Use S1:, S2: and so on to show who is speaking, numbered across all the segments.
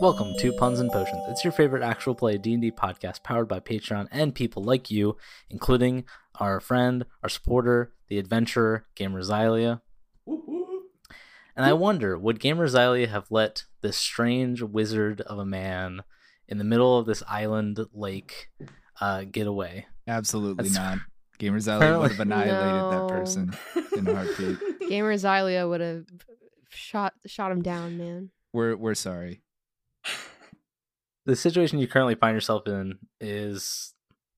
S1: Welcome to Puns and Potions. It's your favorite actual play D&D podcast powered by Patreon and people like you, including our friend, our supporter, the adventurer, Gamer Xylia. And I wonder, would Gamer Xylia have let this strange wizard of a man in the middle of this island lake uh, get away?
S2: Absolutely
S1: That's-
S2: not. Gamers Alley would have annihilated
S3: No.
S2: that person in a heartbeat.
S3: Gamer Xylia would have shot shot him down, man.
S2: We're we're sorry.
S1: The situation you currently find yourself in is,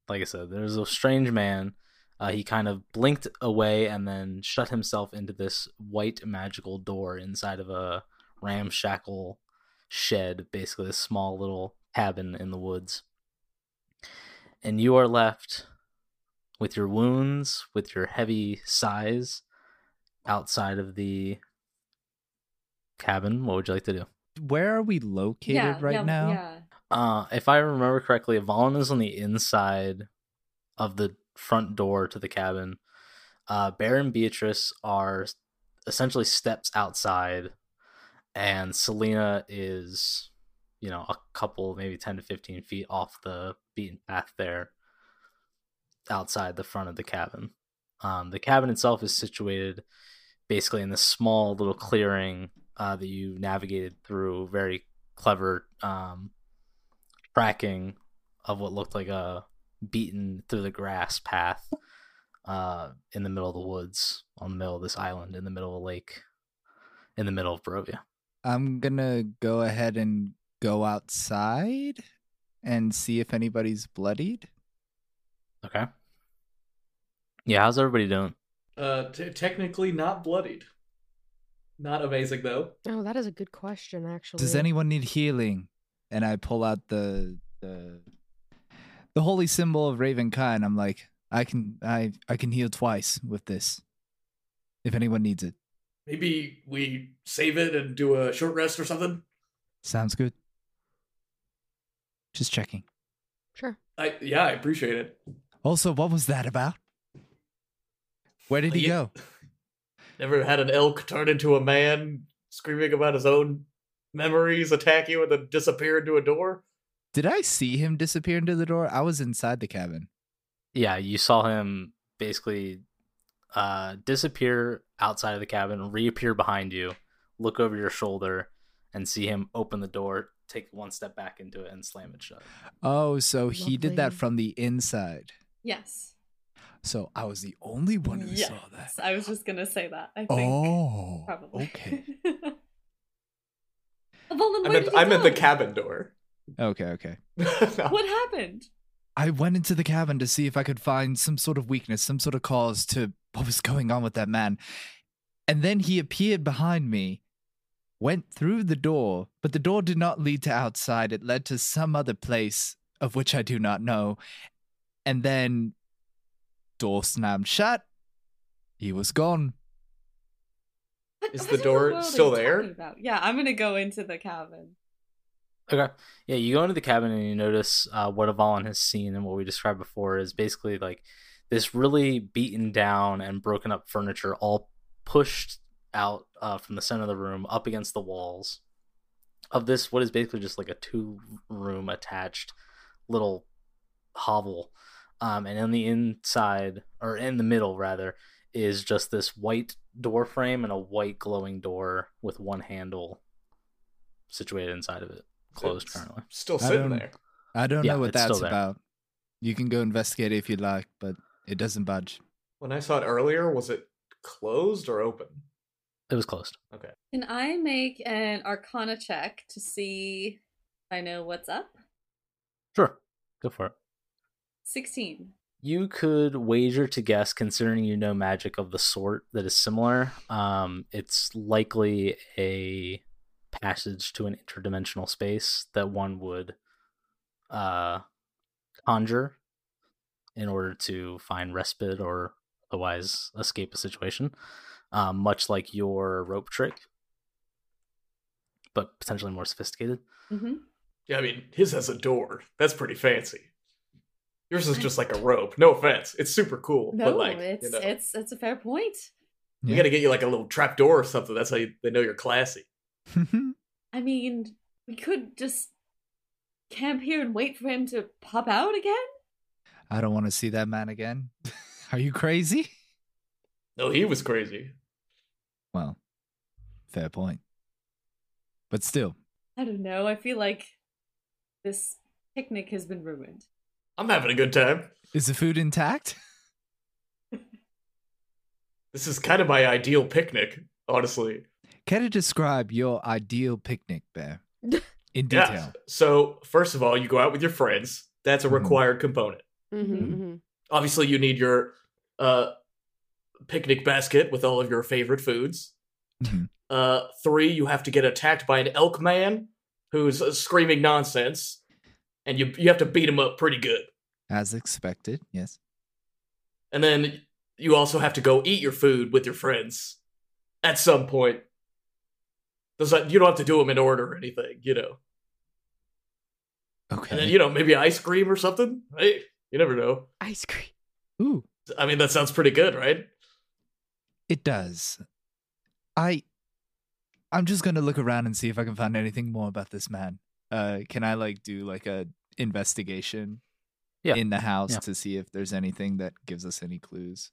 S1: like I said, there's a strange man. Uh, he kind of blinked away and then shut himself into this white magical door inside of a ramshackle shed, basically a small little cabin in the woods. And you are left with your wounds, with your heavy sighs outside of the cabin. What would you like to do?
S2: Where are we located right
S4: yeah,
S2: now?
S4: Yeah.
S1: Uh, if I remember correctly, Valen is on the inside of the front door to the cabin. Uh, Bear and Beatrice are essentially steps outside, and Selena is, you know, a couple, maybe 10 to 15 feet off the beaten path there outside the front of the cabin. Um, the cabin itself is situated basically in this small little clearing uh, that you navigated through very clever um, tracking of what looked like a beaten through the grass path uh, in the middle of the woods on the middle of this island in the middle of a lake in the middle of Barovia.
S2: I'm gonna go ahead and go outside and see if anybody's bloodied.
S1: Okay. Yeah, how's everybody doing?
S5: Uh, t- technically not bloodied. Not amazing though.
S3: Oh, that is a good question, actually.
S2: Does anyone need healing? And I pull out the the the holy symbol of Ravenkind. I'm like, I can I I can heal twice with this. If anyone needs it.
S5: Maybe we save it and do a short rest or something.
S2: Sounds good. Just checking.
S3: Sure.
S5: I yeah, I appreciate it.
S2: Also, what was that about? Where did he
S5: Yeah.
S2: go?
S5: Never had an elk turn into a man screaming about his own memories, attack you, and then disappear into a door.
S2: Did I see him disappear into the door? I was inside the cabin.
S1: Yeah, you saw him basically uh, disappear outside of the cabin, reappear behind you, look over your shoulder, and see him open the door, take one step back into it, and slam it shut.
S2: Oh, so he did that
S3: Lovely.
S2: from the inside.
S4: Yes.
S2: So I was the only one who saw that.
S4: Yes, I was just gonna say that. I think.
S2: Oh,
S4: probably.
S2: okay,
S4: Volan,
S5: I
S4: where
S5: meant,
S4: did you
S5: I meant
S4: go?
S5: the cabin door.
S2: okay, okay.
S4: What happened?
S2: I went into the cabin to see if I could find some sort of weakness, some sort of cause to what was going on with that man. And then he appeared behind me, went through the door, but the door did not lead to outside. It led to some other place of which I do not know. And then door slammed shut. He was gone.
S4: What-
S5: Is
S4: what
S5: the
S4: in
S5: door
S4: world are
S5: still
S4: you
S5: there?
S4: talking about? Yeah, I'm gonna go into the cabin.
S1: Okay. Yeah, you go into the cabin and you notice uh, what Avalon has seen and what we described before is basically like this really beaten down and broken up furniture all pushed out uh, from the center of the room up against the walls of this, what is basically just like a two room attached little hovel. Um, and on the inside, or in the middle rather, is just this white door frame and a white glowing door with one handle situated inside of it closed
S5: It's
S1: currently.
S5: Still
S2: I
S5: sitting
S2: don't-
S5: there.
S2: I don't
S1: Yeah,
S2: know what
S1: it's still
S2: that's
S1: there.
S2: about. You can go investigate if you like, but it doesn't budge.
S5: When I saw it earlier, was it closed or open?
S1: It was closed.
S5: Okay.
S4: Can I make an Arcana check to see if I know what's up?
S1: Sure. Go for it.
S4: Sixteen.
S1: You could wager to guess, considering you know magic of the sort that is similar. Um, it's likely a passage to an interdimensional space that one would uh, conjure in order to find respite or otherwise escape a situation, um, much like your rope trick, but potentially more sophisticated.
S4: Mm-hmm.
S5: Yeah, I mean, his has a door. That's pretty fancy. Yours is just like a rope. No offense. It's super cool.
S4: No,
S5: but like, you
S4: it's
S5: know,
S4: it's it's a fair point.
S5: we gotta get you like a little trap door or something. That's how you, they know you're classy.
S4: I mean, We could just camp here and wait for him to pop out again.
S2: I don't want to see that man again. Are you crazy?
S5: No, he was crazy.
S2: Well, fair point. But still,
S4: I don't know. I feel like this picnic has been ruined.
S5: I'm having a good time.
S2: is the food intact?
S5: This is kind of my ideal picnic, honestly.
S2: Can you describe your ideal picnic, Bear? In
S5: Yeah.
S2: detail.
S5: So, first of all, you go out with your friends. That's a
S2: Mhm.
S5: required component.
S3: Mhm, mhm.
S5: Obviously, you need your uh, picnic basket with all of your favorite foods.
S2: Mhm.
S5: Uh, three, you have to get attacked by an elk man who's uh, screaming nonsense, and you you have to beat him up pretty good.
S2: As expected, yes.
S5: And then you also have to go eat your food with your friends at some point. Does that you don't have to do them in order or anything, you know?
S2: Okay.
S5: And then you know maybe ice cream or something. Hey, you never know.
S3: Ice cream.
S2: Ooh,
S5: I mean, that sounds pretty good, right?
S2: it does. I I'm just gonna look around and see if I can find anything more about this man. Uh can I like do like a investigation
S1: Yeah.
S2: in the house
S1: Yeah.
S2: to see if there's anything that gives us any clues?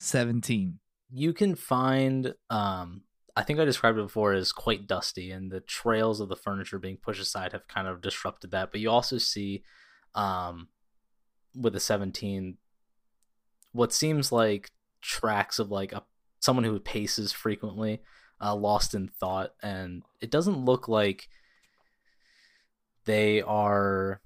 S2: Seventeen.
S1: you can find um i think i described it before as quite dusty and the trails of the furniture being pushed aside have kind of disrupted that but you also see um with the 17 what seems like tracks of like a someone who paces frequently uh lost in thought and it doesn't look like they are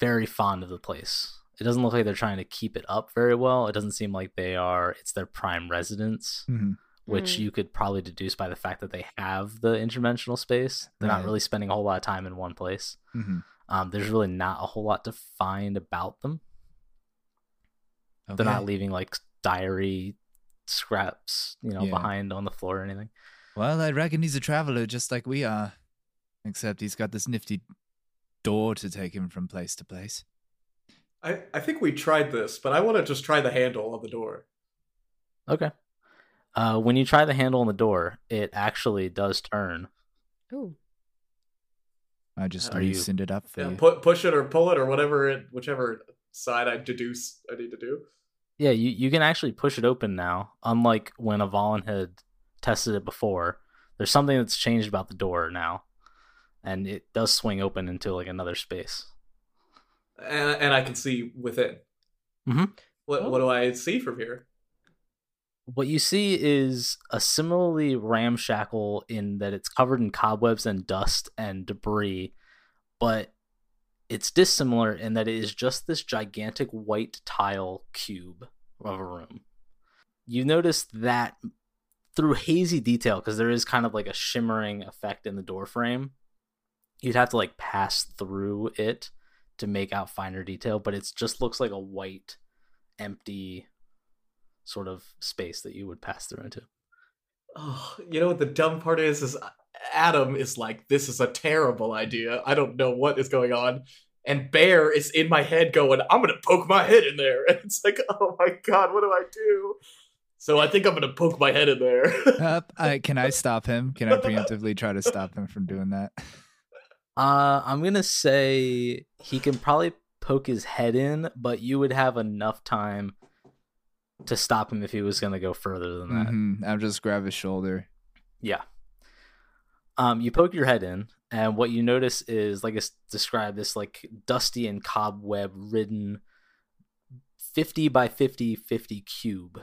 S1: very fond of the place. It doesn't look like they're trying to keep it up very well. It doesn't seem like they are. It's their prime residence,
S2: Mm-hmm.
S1: which
S3: Mm.
S1: you could probably deduce by the fact that they have the interdimensional space. They're
S2: Right.
S1: not really spending a whole lot of time in one place.
S2: Mm-hmm.
S1: Um, there's really not a whole lot to find about them. They're not leaving like diary scraps, you know,
S2: Yeah.
S1: behind on the floor or anything.
S2: Well, I reckon he's a traveler just like we are. Except he's got this nifty door to take him from place to place.
S5: I, I think we tried this, but I want to just try the handle on the door.
S1: Okay. Uh, when you try the handle on the door, it actually does turn.
S3: Oh,
S2: I just
S1: Are you-
S2: loosened it up for
S5: Yeah,
S2: you.
S5: pu- push it or pull it or whatever, it, whichever side I deduce I need to do.
S1: Yeah, you, you can actually push it open now, unlike when Avalon had tested it before. There's something that's changed about the door now, and it does swing open into like another space.
S5: And, and I can see within.
S1: Mhm.
S5: What, what do I see from here?
S1: What you see is a similarly ramshackle in that it's covered in cobwebs and dust and debris, but it's dissimilar in that it is just this gigantic white tile cube of a room. You notice that through hazy detail because there is kind of like a shimmering effect in the door frame. You'd have to like pass through it to make out finer detail, but it just looks like a white, empty sort of space that you would pass through into.
S5: Oh, you know what the dumb part is? Is Adam is like, this is a terrible idea. I don't know what is going on. And Bear is in my head going, I'm gonna poke my head in there. And it's like, oh my god, what do I do? So I think I'm gonna poke my head in there.
S2: Up, I, can I stop him? Can I preemptively try to stop him from doing that?
S1: Uh, I'm gonna say he can probably poke his head in, but you would have enough time to stop him if he was gonna go further than that.
S2: Mhm, I'll just grab his shoulder.
S1: Yeah. Um, you poke your head in, and what you notice is, like I s- described, this like dusty and cobweb ridden 50 by 50 50 cube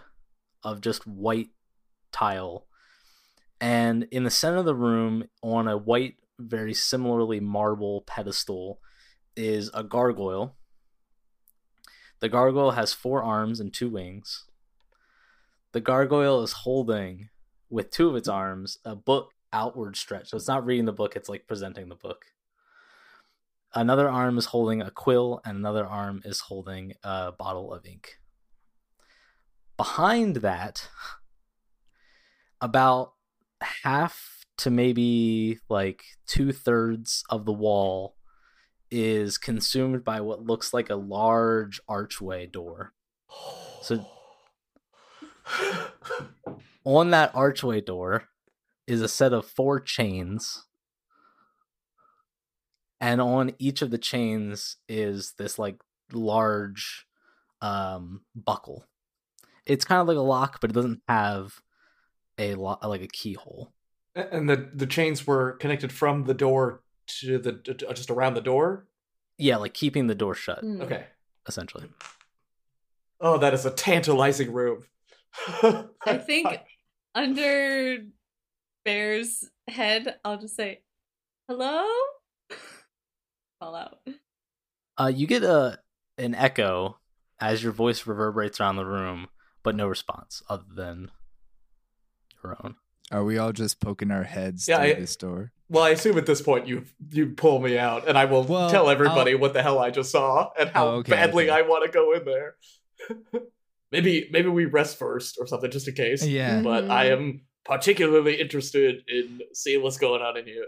S1: of just white tile. And in the center of the room, on a white, very similarly marble pedestal, is a gargoyle. The gargoyle has four arms and two wings. The gargoyle is holding with two of its arms a book outward stretched. So it's not reading the book, it's like presenting the book. Another arm is holding a quill, and another arm is holding a bottle of ink. Behind that, about half to maybe like two thirds of the wall is consumed by what looks like a large archway door. So- on that archway door is a set of four chains. And on each of the chains is this like large um buckle. It's kind of like a lock, but it doesn't have a lo- like a keyhole.
S5: A- And the the chains were connected from the door to the to- uh, just around the door.
S1: Yeah, like keeping the door shut,
S4: Hmm.
S5: Okay.
S1: essentially.
S5: Oh, that is a tantalizing room.
S4: I think under Bear's head, I'll just say, "Hello." Call out.
S1: Uh, you get a an echo as your voice reverberates around the room, but no response other than your own.
S2: Are we all just poking our heads
S5: Yeah,
S2: through
S5: I-
S2: this door?
S5: Well, I assume at this point you you pull me out, and I will
S2: Well,
S5: tell everybody what the hell I just saw and how
S2: Oh, okay,
S5: badly
S2: okay.
S5: I want to go in there. maybe maybe we rest first or something just in case.
S2: Yeah,
S5: But I am particularly interested in seeing what's going on in here.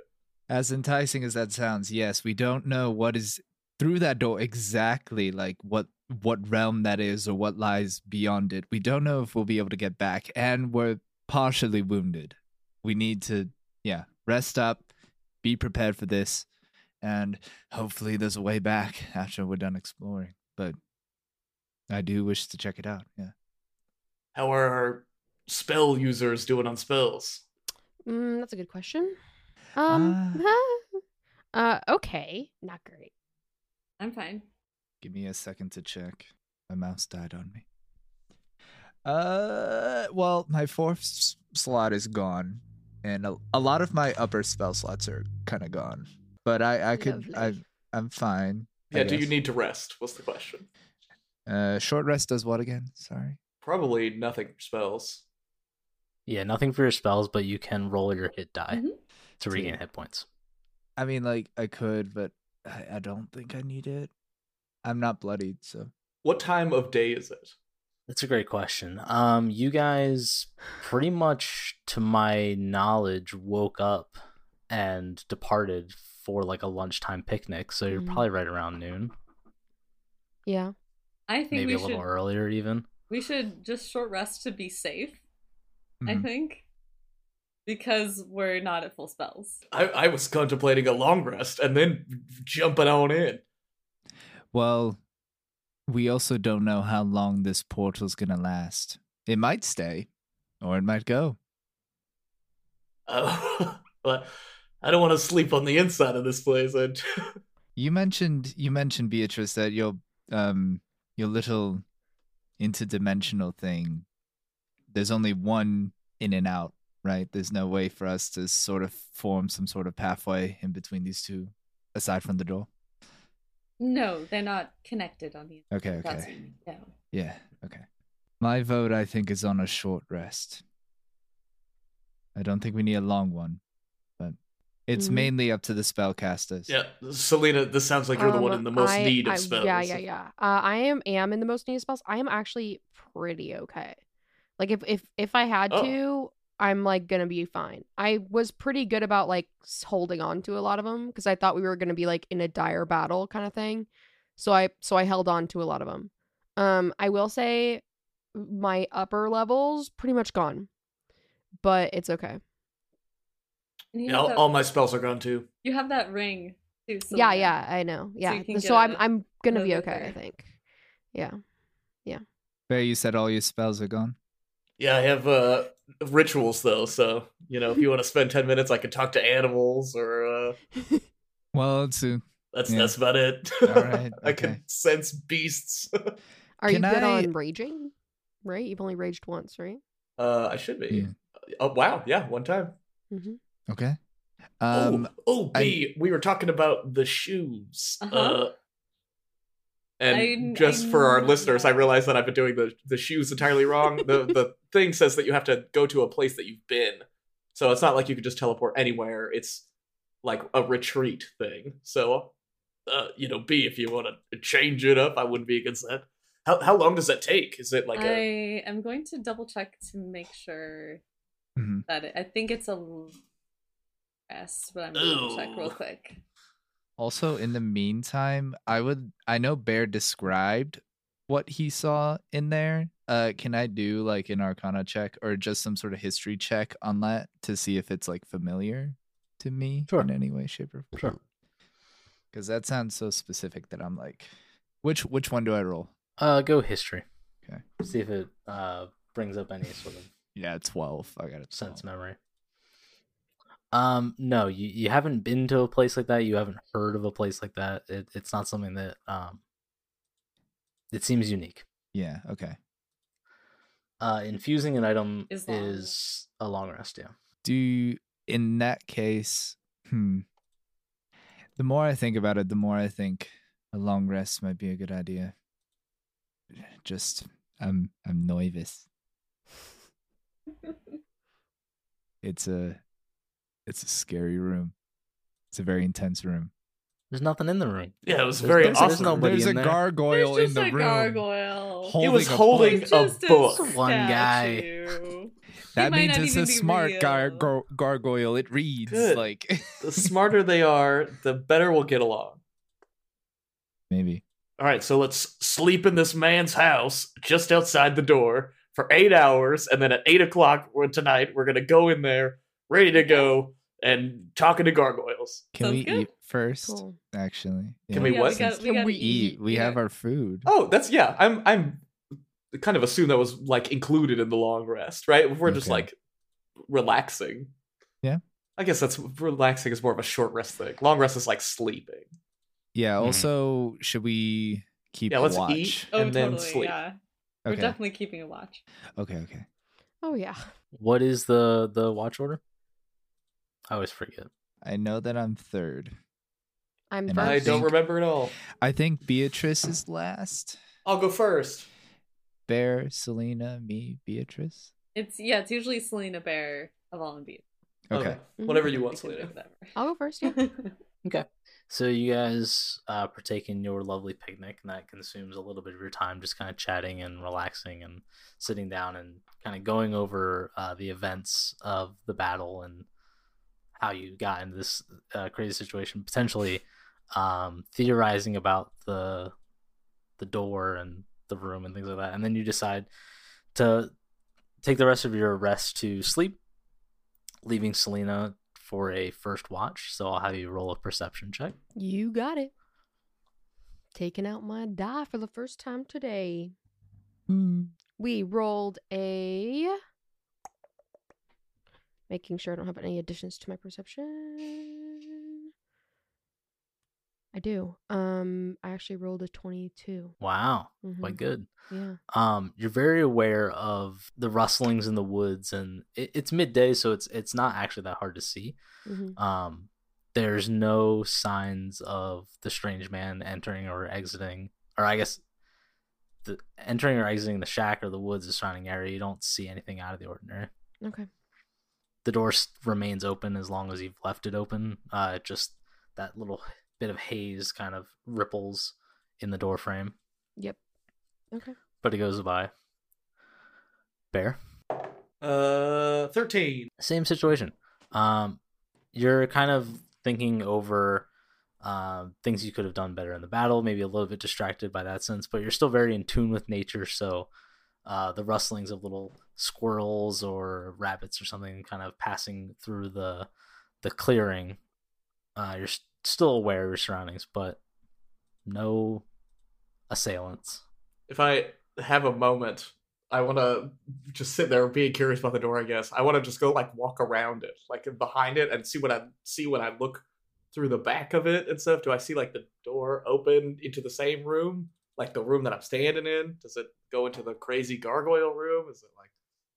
S2: as enticing as that sounds, yes, we don't know what is through that door exactly, like what what realm that is or what lies beyond it. We don't know if we'll be able to get back, and we're partially wounded. We need to, yeah, rest up, be prepared for this, and hopefully there's a way back after we're done exploring. But I do wish to check it out. Yeah.
S5: How are our spell users doing on spells?
S3: Mm, that's a good question. Um, uh, okay, not great.
S4: I'm fine.
S2: Give me a second to check. My mouse died on me. Uh, well, my fourth s- slot is gone, and a, a lot of my upper spell slots are kind of gone. But I, I could,
S3: Lovely.
S2: I, I'm fine. I
S5: Yeah, do you
S2: guess.
S5: need to rest? What's the question?
S2: Uh, short rest does what again? Sorry.
S5: Probably nothing for spells.
S1: Yeah, nothing for your spells, but you can roll your hit die
S4: Mhm.
S1: to
S2: Sweet.
S1: regain hit points.
S2: I mean, like I could, but I, I don't think I need it. I'm not bloodied, so
S5: What time of day is it?
S1: That's a great question. Um, you guys, pretty much to my knowledge, woke up and departed for like a lunchtime picnic. So you're
S4: Mm-hmm.
S3: Mhm.
S1: probably right around noon,
S3: Yeah.
S4: I think
S1: maybe
S4: we
S1: a little
S4: should
S1: earlier even.
S4: we should just short rest to be safe. I
S5: Mm-hmm.
S1: Mm-hmm.
S2: Mhm.
S4: think because we're not at full spells.
S5: I, I was contemplating a long rest and then jumping on in.
S2: Well, we also don't know how long this portal's gonna last. It might stay, or it might go.
S5: Oh, but I don't want to sleep on the inside of this place. I,
S2: You mentioned you mentioned Beatrice that your um your little interdimensional thing. There's only one in and out, right? There's no way for us to sort of form some sort of pathway in between these two, aside from the door.
S4: No, they're not connected on the.
S2: Okay,
S4: That's
S2: okay,
S4: no.
S2: yeah, okay. My vote, I think, is on a short rest. I don't think we need a long one, but it's
S3: Mhm.
S2: mainly up to the spellcasters.
S5: yeah, Selena, this sounds like you're the one
S3: Um,
S5: in the most
S3: I-
S5: need
S3: I-
S5: of spells.
S3: Yeah, yeah, yeah. Uh, I am am in the most need of spells. I am actually pretty okay. Like if if if I had
S5: Oh.
S3: to, I'm like gonna be fine. I was pretty good about like s- holding on to a lot of them because I thought we were gonna be like in a dire battle kind of thing. So I so I held on to a lot of them. Um, I will say my upper levels pretty much gone, but it's okay.
S4: And you,
S5: Yeah,
S4: have
S5: all,
S4: that,
S5: all my spells are gone too.
S4: you have that ring too. So
S3: yeah, yeah, I know. Yeah,
S4: you
S3: th-
S4: can
S3: so,
S4: get
S3: I'm
S4: a-
S3: I'm gonna be
S4: another
S3: okay. I
S4: there.
S3: think. Yeah.
S2: Fair, you said all your spells are gone.
S5: Yeah, I have uh, rituals though, so you know if you want to spend ten minutes, I can talk to animals, or uh,
S2: Well, it's a
S5: that's
S2: Yeah.
S5: that's about it.
S2: All right,
S5: I
S2: okay.
S5: can sense beasts.
S3: Are
S2: Can
S3: you good
S2: I-
S3: on raging? Right? You've only raged once, right?
S5: Uh, I should be. Oh wow, yeah, one time.
S3: Mm-hmm.
S2: Okay. Um,
S5: oh, oh,
S2: I-
S5: B, we were talking about the shoes. uh
S4: Uh-huh.
S5: and
S4: I-
S5: just
S4: I
S5: for our
S4: know
S5: listeners, I
S4: that.
S5: realize that I've been doing the, the shoes entirely wrong. the The thing says that you have to go to a place that you've been, so it's not like you could just teleport anywhere. It's like a retreat thing. So, uh, you know, B, if you want to change it up, I wouldn't be against that. How how long does that take? Is it like
S4: I
S5: a
S4: am going to double check to make sure
S1: Mm-hmm.
S2: mhm.
S4: that it, I think it's a l- rest, but I'm going to double check real
S5: Ew.
S4: quick.
S2: Also, in the meantime, I would I know Bear described what he saw in there. Uh, can I do like an Arcana check or just some sort of history check on that to see if it's like familiar to me
S1: Sure.
S2: in any way, shape, or form?
S1: Sure.
S2: Because that sounds so specific that I'm like, which which one do I roll?
S1: Uh, go history.
S2: Okay.
S1: See if it uh brings up any sort of
S2: Yeah, twelve. I got it.
S1: sense memory. Um, no, you, you haven't been to a place like that. You haven't heard of a place like that. It, it's not something that um. It seems unique.
S2: Yeah. Okay.
S1: Uh, infusing an item
S4: Is
S1: is,
S4: long
S1: a long rest. Yeah.
S2: Do you- in that case, hmm. The more I think about it, the more I think a long rest might be a good idea. Just I'm I'm nervous. It's a it's a scary room. It's a very intense room.
S1: There's nothing in the room.
S5: Yeah, it was
S1: There's-
S5: very
S1: there's- there's
S5: awesome.
S1: no- Nobody
S2: There's
S1: in
S2: a
S1: there.
S2: gargoyle
S4: There's
S2: in
S4: just
S2: the
S4: a
S2: room.
S4: gargoyle.
S2: Hol-
S5: it was
S2: holding
S5: holding
S4: There's
S5: a
S4: just
S5: book.
S1: One guy.
S4: statue. He
S2: That
S4: might
S2: means
S4: not
S2: it's
S4: even
S2: a
S4: be
S2: smart
S4: real.
S2: gar- gar- gargoyle. It reads
S5: Good.
S2: like
S5: the smarter they are, the better we'll get along.
S2: maybe.
S5: All right, so let's sleep in this man's house just outside the door for eight hours, and then at eight o'clock we're- tonight, we're gonna go in there ready to go and talking to gargoyles.
S2: Can
S4: Sounds
S2: we
S4: good.
S2: eat first?
S3: Cool.
S2: Actually,
S5: Can we
S4: yeah,
S5: what?
S4: We got, we
S3: Can
S4: gotta
S3: we
S2: eat? We have our food.
S5: Oh, that's yeah. I'm I'm kind of assume that was like included in the long rest, right? We're just
S2: Okay.
S5: like relaxing.
S2: Yeah.
S5: I guess that's relaxing is more of a short rest thing. Long rest is like sleeping.
S2: Yeah.
S1: Mhm.
S2: Also, should we keep
S5: Mm-hmm. yeah, let's
S2: watch?
S5: eat Oh,
S4: Oh,
S5: and then
S4: totally.
S5: sleep.
S4: Yeah, we're
S2: Okay.
S4: definitely keeping a watch.
S2: okay. Okay.
S3: Oh yeah.
S1: What is the the watch order? I always forget.
S2: I know that I'm third.
S3: I'm
S2: And
S3: first.
S5: I don't
S2: think-
S5: remember at all.
S2: I think Beatrice is last.
S5: I'll go first.
S2: Bear, Selena, me, Beatrice.
S4: It's yeah, it's usually Selena Bear of all and Beat.
S2: Okay.
S3: Mhm.
S5: Whatever you
S4: We
S5: want,
S4: can do
S5: Selena.
S3: I'll go Oh, first. Yeah.
S4: whatever.
S1: So you guys uh, partake in your lovely picnic, and that consumes a little bit of your time, just kind of chatting and relaxing, and sitting down and kind of going over uh, the events of the battle and how you got into this uh, crazy situation, potentially um, theorizing about the the door and the room and things like that, and then you decide to take the rest of your rest to sleep, leaving Selena for a first watch. So I'll have you roll a perception check.
S3: You got it. Taking out my die for the first time today. Hmm. We rolled a. Making sure I don't have any additions to my perception. I do. Um, I actually rolled a twenty-two.
S1: Wow,
S3: Mhm.
S1: quite good.
S3: Yeah.
S1: um you're very aware of the rustlings in the woods and it, it's midday so it's it's not actually that hard to see
S3: Mhm.
S1: um there's no signs of the strange man entering or exiting or i guess the entering or exiting the shack or the woods the surrounding area you don't see anything out of the ordinary
S3: Okay.
S1: the door s- remains open as long as you've left it open uh it just that little bit of haze kind of ripples in the door frame
S3: Yep. Okay.
S1: but it goes by bear
S5: Uh, thirteen.
S1: same situation. Um, you're kind of thinking over uh, things you could have done better in the battle, maybe a little bit distracted by that sense, but you're still very in tune with nature. So uh, the rustlings of little squirrels or rabbits or something kind of passing through the the clearing. Uh, you're s- still aware of your surroundings, but no assailants.
S5: If I have a moment, I want to just sit there being curious about the door. I guess I want to just go like walk around it, like behind it, and see what I see when I look through the back of it and stuff. Do I see like the door open into the same room, like the room that I'm standing in? Does it go into the crazy gargoyle room? Is it like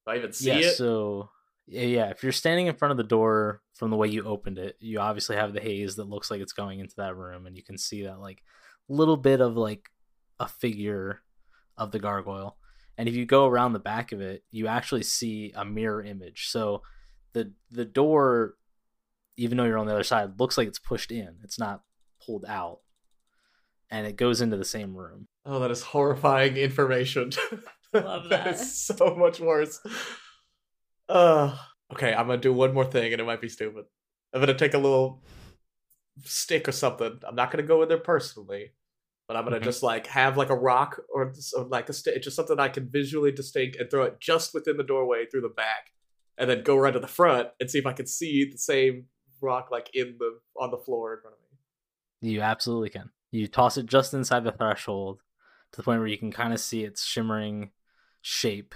S5: do I even see
S1: yeah,
S5: it?
S1: so yeah, yeah, if you're standing in front of the door from the way you opened it, you obviously have the haze that looks like it's going into that room and you can see that like little bit of like a figure of the gargoyle. And if you go around the back of it, you actually see a mirror image. So the the door even though you're on the other side looks like it's pushed in. It's not pulled out. And it goes into the same room.
S5: Oh, that is horrifying information.
S4: Love
S5: that
S4: that.
S5: is so much worse. Uh, okay, I'm gonna do one more thing, and it might be stupid. I'm gonna take a little stick or something. I'm not gonna go in there personally. But I'm gonna
S1: Mhm.
S5: just like have like a rock or, s- or like a sta just something I can visually distinct, and throw it just within the doorway through the back, and then go right to the front and see if I can see the same rock like in the on the floor in front of me.
S1: You absolutely can. You toss it just inside the threshold to the point where you can kind of see its shimmering shape,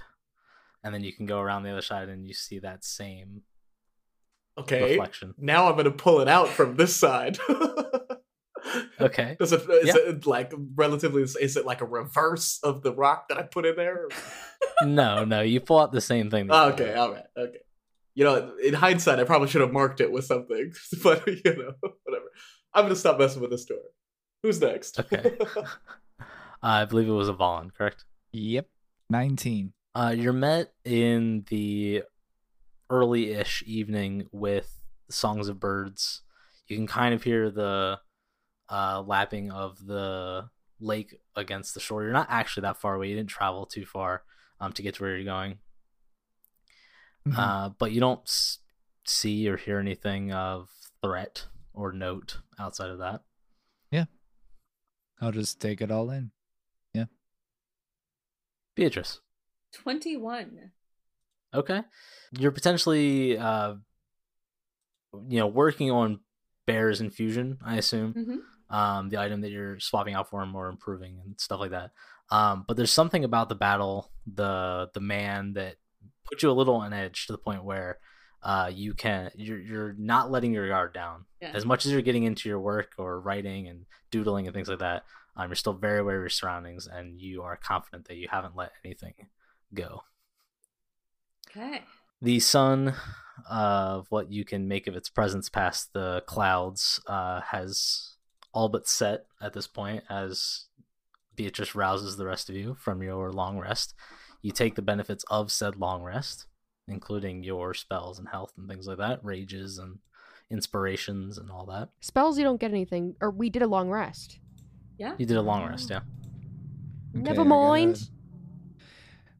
S1: and then you can go around the other side and you see that same
S5: Okay.
S1: reflection.
S5: Now I'm gonna pull it out from this side.
S1: Okay.
S5: Does it, is
S1: Yeah.
S5: it like relatively? Is it like a reverse of the rock that I put in there?
S1: no, no, you pull out the same thing. that
S5: Oh,
S1: you
S5: okay,
S1: had.
S5: all right, okay. You know, in hindsight, I probably should have marked it with something, but you know, whatever. I'm gonna stop messing with this door. Who's next?
S1: Okay. I believe it was a Vaughn, correct?
S2: Yep. 19.
S1: Uh, you're met in the early ish evening with the songs of birds. You can kind of hear the uh, lapping of the lake against the shore. You're not actually that far away. You didn't travel too far um, to get to where you're going,
S2: Mhm.
S5: Ah.
S1: uh, but you don't s- see or hear anything of threat or note outside of that.
S2: I'll just take it all in.
S1: Beatrice.
S4: 21.
S1: Okay. You're potentially, uh, you know, working on Bear's infusion, I assume.
S4: Mm-hmm.
S1: Um, the item that you're swapping out for him or improving and stuff like that. Um, but there's something about the battle, the the man that puts you a little on edge to the point where uh, you can you're you're not letting your guard down
S4: Yeah.
S1: as much as you're getting into your work or writing and doodling and things like that. Um, you're still very aware of your surroundings and you are confident that you haven't let anything go
S4: Okay.
S1: the sun of what you can make of its presence past the clouds uh, has all but set at this point as beatrice rouses the rest of you from your long rest you take the benefits of said long rest including your spells and health and things like that rages and inspirations and all that
S3: Spells, you don't get anything. Or we did a long rest.
S4: Yeah.
S1: you did a long rest yeah
S2: Okay,
S3: Never
S2: I
S3: mind.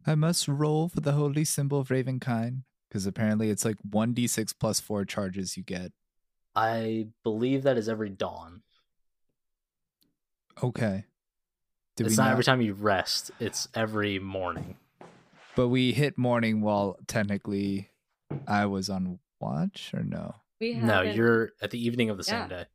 S2: I must roll for the holy symbol of Ravenkind because apparently it's like 1d6 plus 4 charges you get.
S1: i believe that is every dawn
S2: Okay. Did
S1: it's not, every time you rest it's every morning
S2: But we hit morning while technically I was on watch or no?
S4: We have
S1: no
S4: an-
S1: you're at the evening of the
S4: Yeah.
S1: same day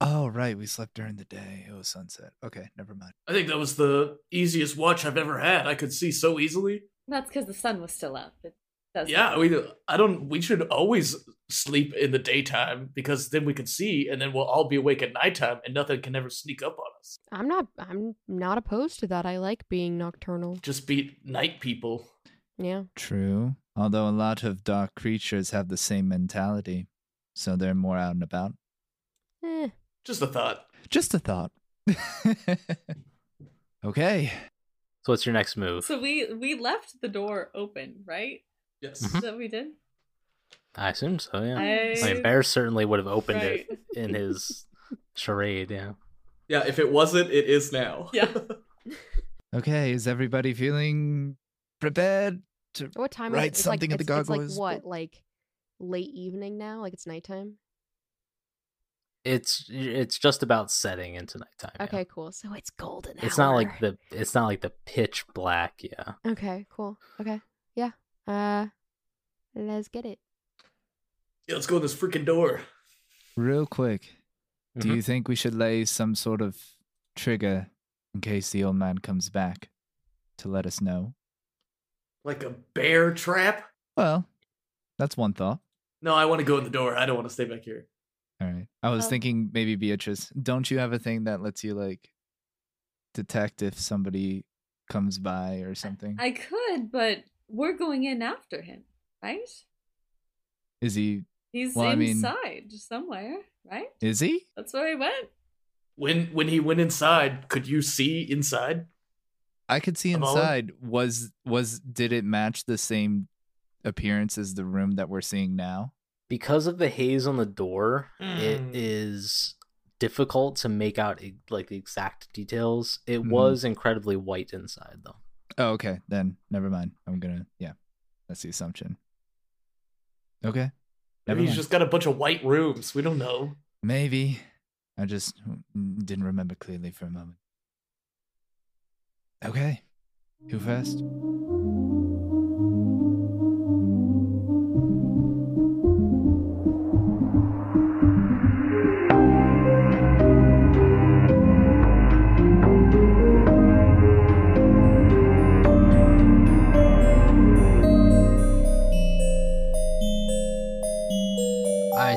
S2: Oh, right. We slept during the day. It was sunset. Okay, never mind.
S5: I think that was the easiest watch I've ever had. I could see so easily.
S4: That's because the sun was still up. It does
S5: Yeah, we. I don't. We should always sleep in the daytime because then we can see, and then we'll all be awake at nighttime, and nothing can ever sneak up on us.
S3: I'm not. I'm not opposed to that. I like being nocturnal.
S5: Just beat night people.
S3: Yeah.
S2: True. Although a lot of dark creatures have the same mentality, so they're more out and about.
S3: Eh.
S5: Just a thought.
S2: Just a thought. okay.
S1: so what's your next move
S4: So we we left the door open, right?
S5: Yes.
S2: Mm-hmm.
S1: Mhm.
S4: Is that what we did?
S1: I assume so, yeah. I,
S4: I,
S1: mean, Bear certainly would have opened
S4: right.
S1: it in his charade, yeah.
S5: Yeah. If it wasn't, it is now.
S4: Yeah.
S2: Okay. Is everybody feeling prepared to
S3: What time
S2: Write
S3: is it?
S2: something in
S3: it's
S2: the
S3: like, it's,
S2: gargoyle's
S3: like what?
S2: book.
S3: Like late evening now? Like it's nighttime?
S1: It's it's just about setting into nighttime. yeah.
S3: Okay, cool. So it's golden
S1: It's not like
S3: hour.
S1: the it's not like the pitch black, yeah.
S3: Okay, cool. Okay. Yeah. Uh let's get it.
S5: yeah let's go in this freaking door.
S2: Real quick, do
S1: Mhm.
S2: you think we should lay some sort of trigger in case the old man comes back to let us know?
S5: Like a bear trap.
S2: Well, that's one thought.
S5: No, I want to go in the door. I don't want to stay back here.
S2: All right. I was
S4: Oh.
S2: thinking maybe Beatrice, don't you have a thing that lets you like detect if somebody comes by or something?
S4: I could, but we're going in after him, right?
S2: Is he
S4: He's
S2: Well, I mean-
S4: inside somewhere, right?
S2: is he?
S4: That's where he went.
S5: When when he went inside, could you see inside?
S2: I could see
S5: Of all of-
S2: inside. Was was did it match the same appearance as the room that we're seeing now?
S1: Because of the haze on the door,
S4: Hmm.
S5: Mm.
S1: it is difficult to make out e- like the exact details. It
S4: Hmm.
S2: Mhm.
S1: was incredibly white inside though.
S2: Oh, okay. Then never mind. I'm gonna yeah. That's the assumption. Okay. Never
S5: Maybe he's
S2: mind.
S5: just got a bunch of white rooms. We don't know.
S2: Maybe. I just didn't remember clearly for a moment. Okay. Who first?
S1: I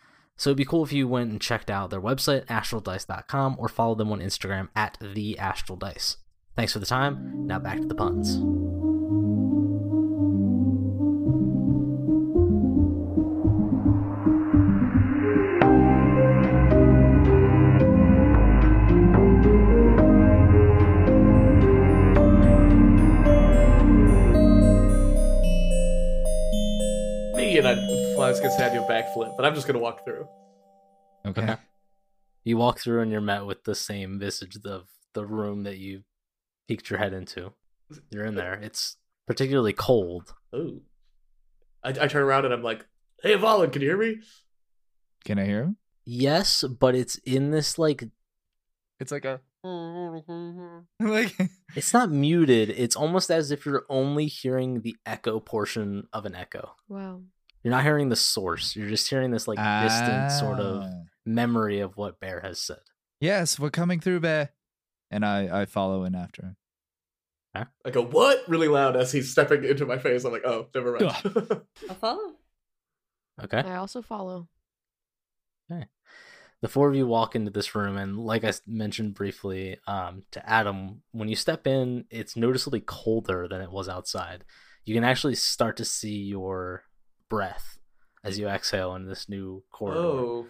S1: So it'd be cool if you went and checked out their website, astraldice.com, or follow them on Instagram at the Astral Dice. Thanks for the time. Now back to the puns.
S5: Me and I, well, I was gonna say I do a backflip, but I'm just gonna walk through.
S2: Okay.
S1: Okay. You walk through and you're met with the same visage of the room that you peeked your head into. You're in there. It's particularly cold.
S5: Oh, I, I turn around and I'm like, "Hey, Valen, can you hear me?"
S2: Can I hear him?
S1: Yes, but it's in this like
S2: It's like a like
S1: it's not muted. It's almost as if you're only hearing the echo portion of an echo.
S3: Wow.
S1: You're not hearing the source. You're just hearing this like distant sort of
S2: Ah.
S1: memory of what Bear has said.
S2: Yes, we're coming through, Bear. And I I follow in after him.
S5: I go, "What?" really loud as he's stepping into my face. I'm like, "Oh, never mind."
S4: I'll follow.
S1: Okay.
S3: I also follow.
S1: the four of you walk into this room and like i s- mentioned briefly um, to adam when you step in it's noticeably colder than it was outside you can actually start to see your breath as you exhale in this new corridor
S5: oh,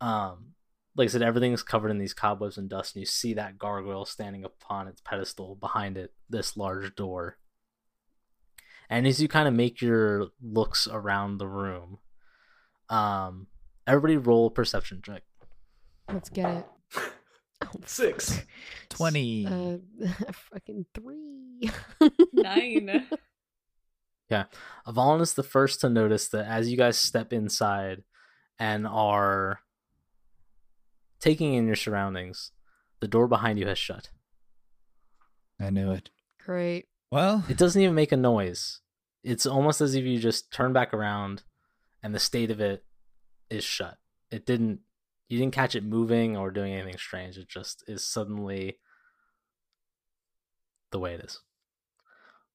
S1: um, like i said everything's covered in these cobwebs and dust and you see that gargoyle standing upon its pedestal behind it this large door and as you kind of make your looks around the room um, everybody roll a perception check
S3: Let's get it. Oh,
S5: Six.
S3: fuck.
S2: Twenty.
S3: Uh, fucking three.
S4: Nine.
S1: Avalon is the first to notice that as you guys step inside and are taking in your surroundings, the door behind you has shut.
S2: I knew it.
S3: Great.
S2: Well,
S1: It doesn't even make a noise. It's almost as if you just turn back around and the state of it is shut. It didn't you didn't catch it moving or doing anything strange. It just is suddenly the way it is.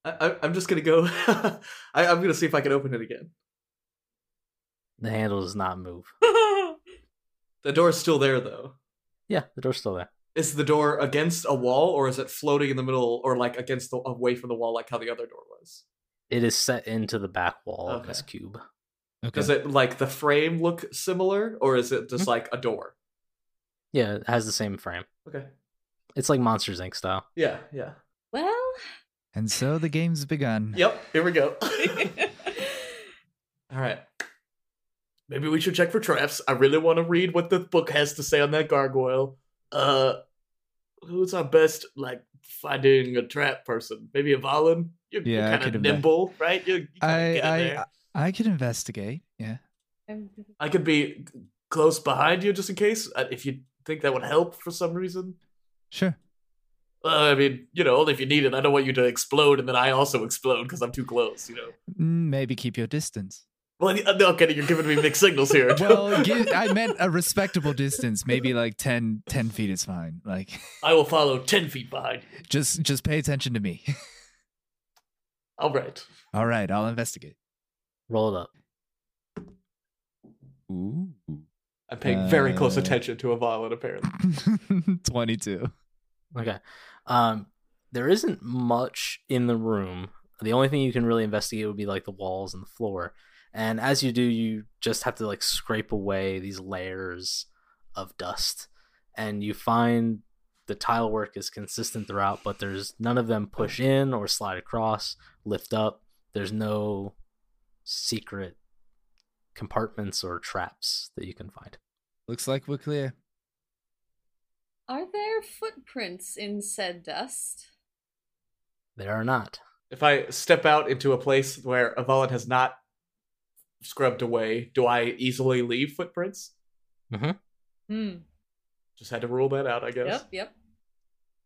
S5: I, I, I'm just gonna go. I, I'm gonna see if I can open it again.
S1: The handle does not move.
S5: The door's still there though.
S1: Yeah, the door's still there.
S5: Is the door against a wall, or is it floating in the middle, or like against the away from the wall, like how the other door was?
S1: It is set into the back wall of
S5: Okay.
S1: this cube.
S2: okay.
S5: Does it like the frame look similar, or is it just like a door?
S1: Yeah, it has the same frame.
S5: Okay.
S1: It's like Monsters Inc. style.
S5: Yeah. Yeah.
S4: well,
S2: and so the game's begun.
S5: Yep. Here we go. All right. Maybe we should check for traps. I really want to read what the book has to say on that gargoyle. Uh, who's our best like finding a trap person? Maybe a Valen. You're,
S2: Yeah, I
S5: you're kind
S2: could
S5: of
S2: have-
S5: nimble, right? You, you kinda
S2: I
S5: get in there.
S2: I I can investigate. Yeah.
S4: I'm-
S5: I could be close behind you just in case uh, if you think that would help for some reason.
S2: Sure.
S5: well, I mean, you know, only if you need it. I don't want you to explode and then I also explode because I'm too close, you know.
S2: Mm, Maybe keep your distance.
S5: Well, I- no, okay, you're giving me mixed signals here.
S2: Well, give, I meant a respectable distance. Maybe like 10, 10 feet is fine. Like,
S5: I will follow 10 feet behind you.
S2: just just pay attention to me.
S5: All right.
S2: All right, I'll investigate.
S1: Roll it up.
S2: Ooh.
S5: I'm paying very close
S2: Uh,
S5: attention to Avalon, apparently.
S2: 22.
S1: Okay. Um, there isn't much in the room. The only thing you can really investigate would be like the walls and the floor. And as you do, you just have to like scrape away these layers of dust. And you find the tile work is consistent throughout, but there's none of them push in or slide across, lift up. There's no secret compartments or traps that you can find.
S2: Looks like we're clear.
S4: Are there footprints in said dust?
S1: There are not.
S5: If I step out into a place where Avalon has not scrubbed away, do I easily leave footprints?
S4: Hmm.
S5: Just had to rule that out, I guess.
S4: Yep, yep.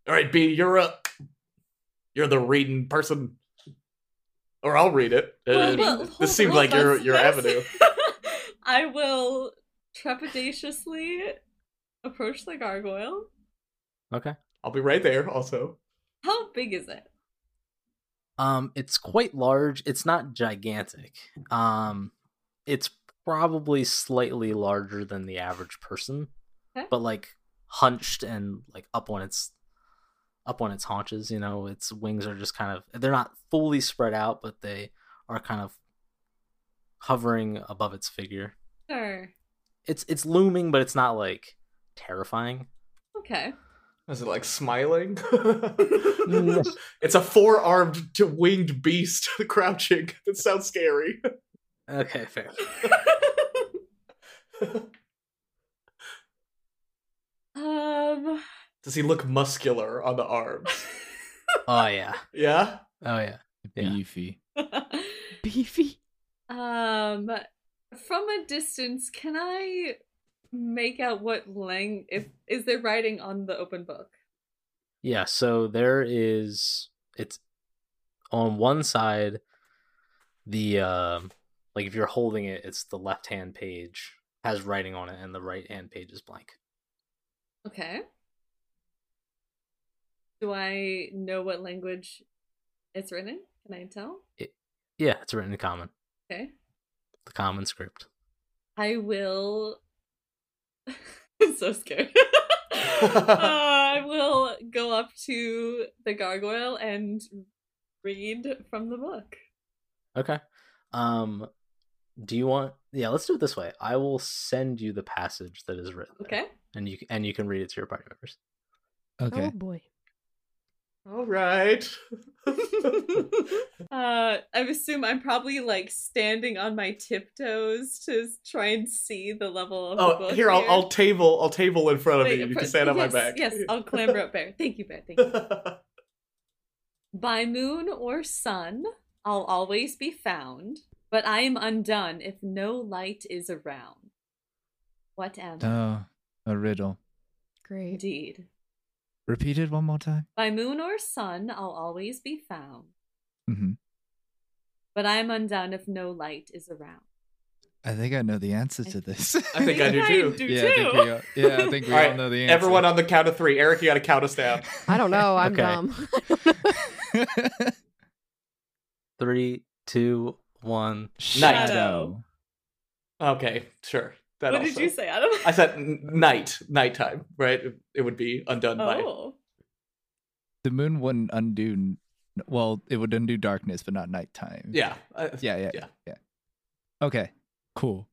S5: All right, B, you're up. You're the reading person, or I'll read it. Uh,
S4: Well, well, hold-
S5: this seems
S4: hold
S5: like your
S4: on,
S5: your
S4: yes.
S5: avenue.
S4: I will trepidatiously approach the gargoyle.
S1: Okay.
S5: I'll be right there. Also,
S4: How big is it?
S1: Um, it's quite large. It's not gigantic. Um, it's probably slightly larger than the average person,
S4: Okay.
S1: but like hunched and like up on its up on its haunches. You know, its wings are just kind of they're not fully spread out, but they are kind of hovering above its figure.
S4: Sure.
S1: It's it's looming, but it's not like terrifying.
S4: Okay.
S5: is it like smiling? it's a four armed to winged beast crouching. That sounds scary.
S1: Okay, fair.
S4: um.
S5: Does he look muscular on the arms?
S1: Oh yeah.
S5: Yeah.
S1: Oh yeah. Yeah.
S2: Beefy.
S3: Beefy.
S4: um. From a distance, can I make out what lang if is there writing on the open book?
S1: Yeah, so there is it's on one side the um like if you're holding it, it's the left hand page has writing on it and the right hand page is blank.
S4: Okay. Do I know what language it's written? in? Can I tell?
S1: Yeah, it's written in common.
S4: Okay.
S1: The common script.
S4: I will. I'm so scared. Uh, I will go up to the gargoyle and read from the book.
S1: Okay. Um do you want yeah, let's do it this way. I will send you the passage that is written. there,
S4: Okay.
S1: And you and you can read it to your party members.
S3: Oh
S2: Okay.
S3: boy.
S5: All right. Oh,
S4: uh, I assume I'm probably like standing on my tiptoes to s- try and see the level of the
S5: oh,
S4: book.
S5: here I'll, I'll table. I'll table in front of
S4: Wait,
S5: you. You
S4: pr-
S5: can stand on my
S4: yes,
S5: back.
S4: Yes, I'll clamber up there. Thank you, Bear. Thank you.
S5: All
S4: By moon or sun, I'll always be found, but I am undone if no light is around. What am I?
S2: Oh, a riddle.
S3: Great.
S4: Indeed.
S2: Repeat it one more time.
S4: By moon or sun, I'll always be found,
S2: hmm
S4: but I am undone if no light is around.
S2: I think I know the answer to this.
S5: I think I do too.
S2: yeah, I think we all, yeah, I think we all,
S5: right,
S2: know the answer.
S5: everyone on the count of three. Eric, you got to count us down.
S3: I don't know. I'm
S1: Okay.
S3: dumb. I don't know.
S1: Three, two, one.
S4: Shadow.
S5: Okay, sure. That
S4: what
S5: also.
S4: did you say, Adam?
S5: I said n- night, nighttime, right? It- It would be undone by.
S4: oh.
S2: The moon wouldn't undo. n- Well, it would undo darkness, but not nighttime.
S5: Yeah. uh,
S2: Yeah, yeah,
S5: Yeah.
S2: yeah. Okay. Cool.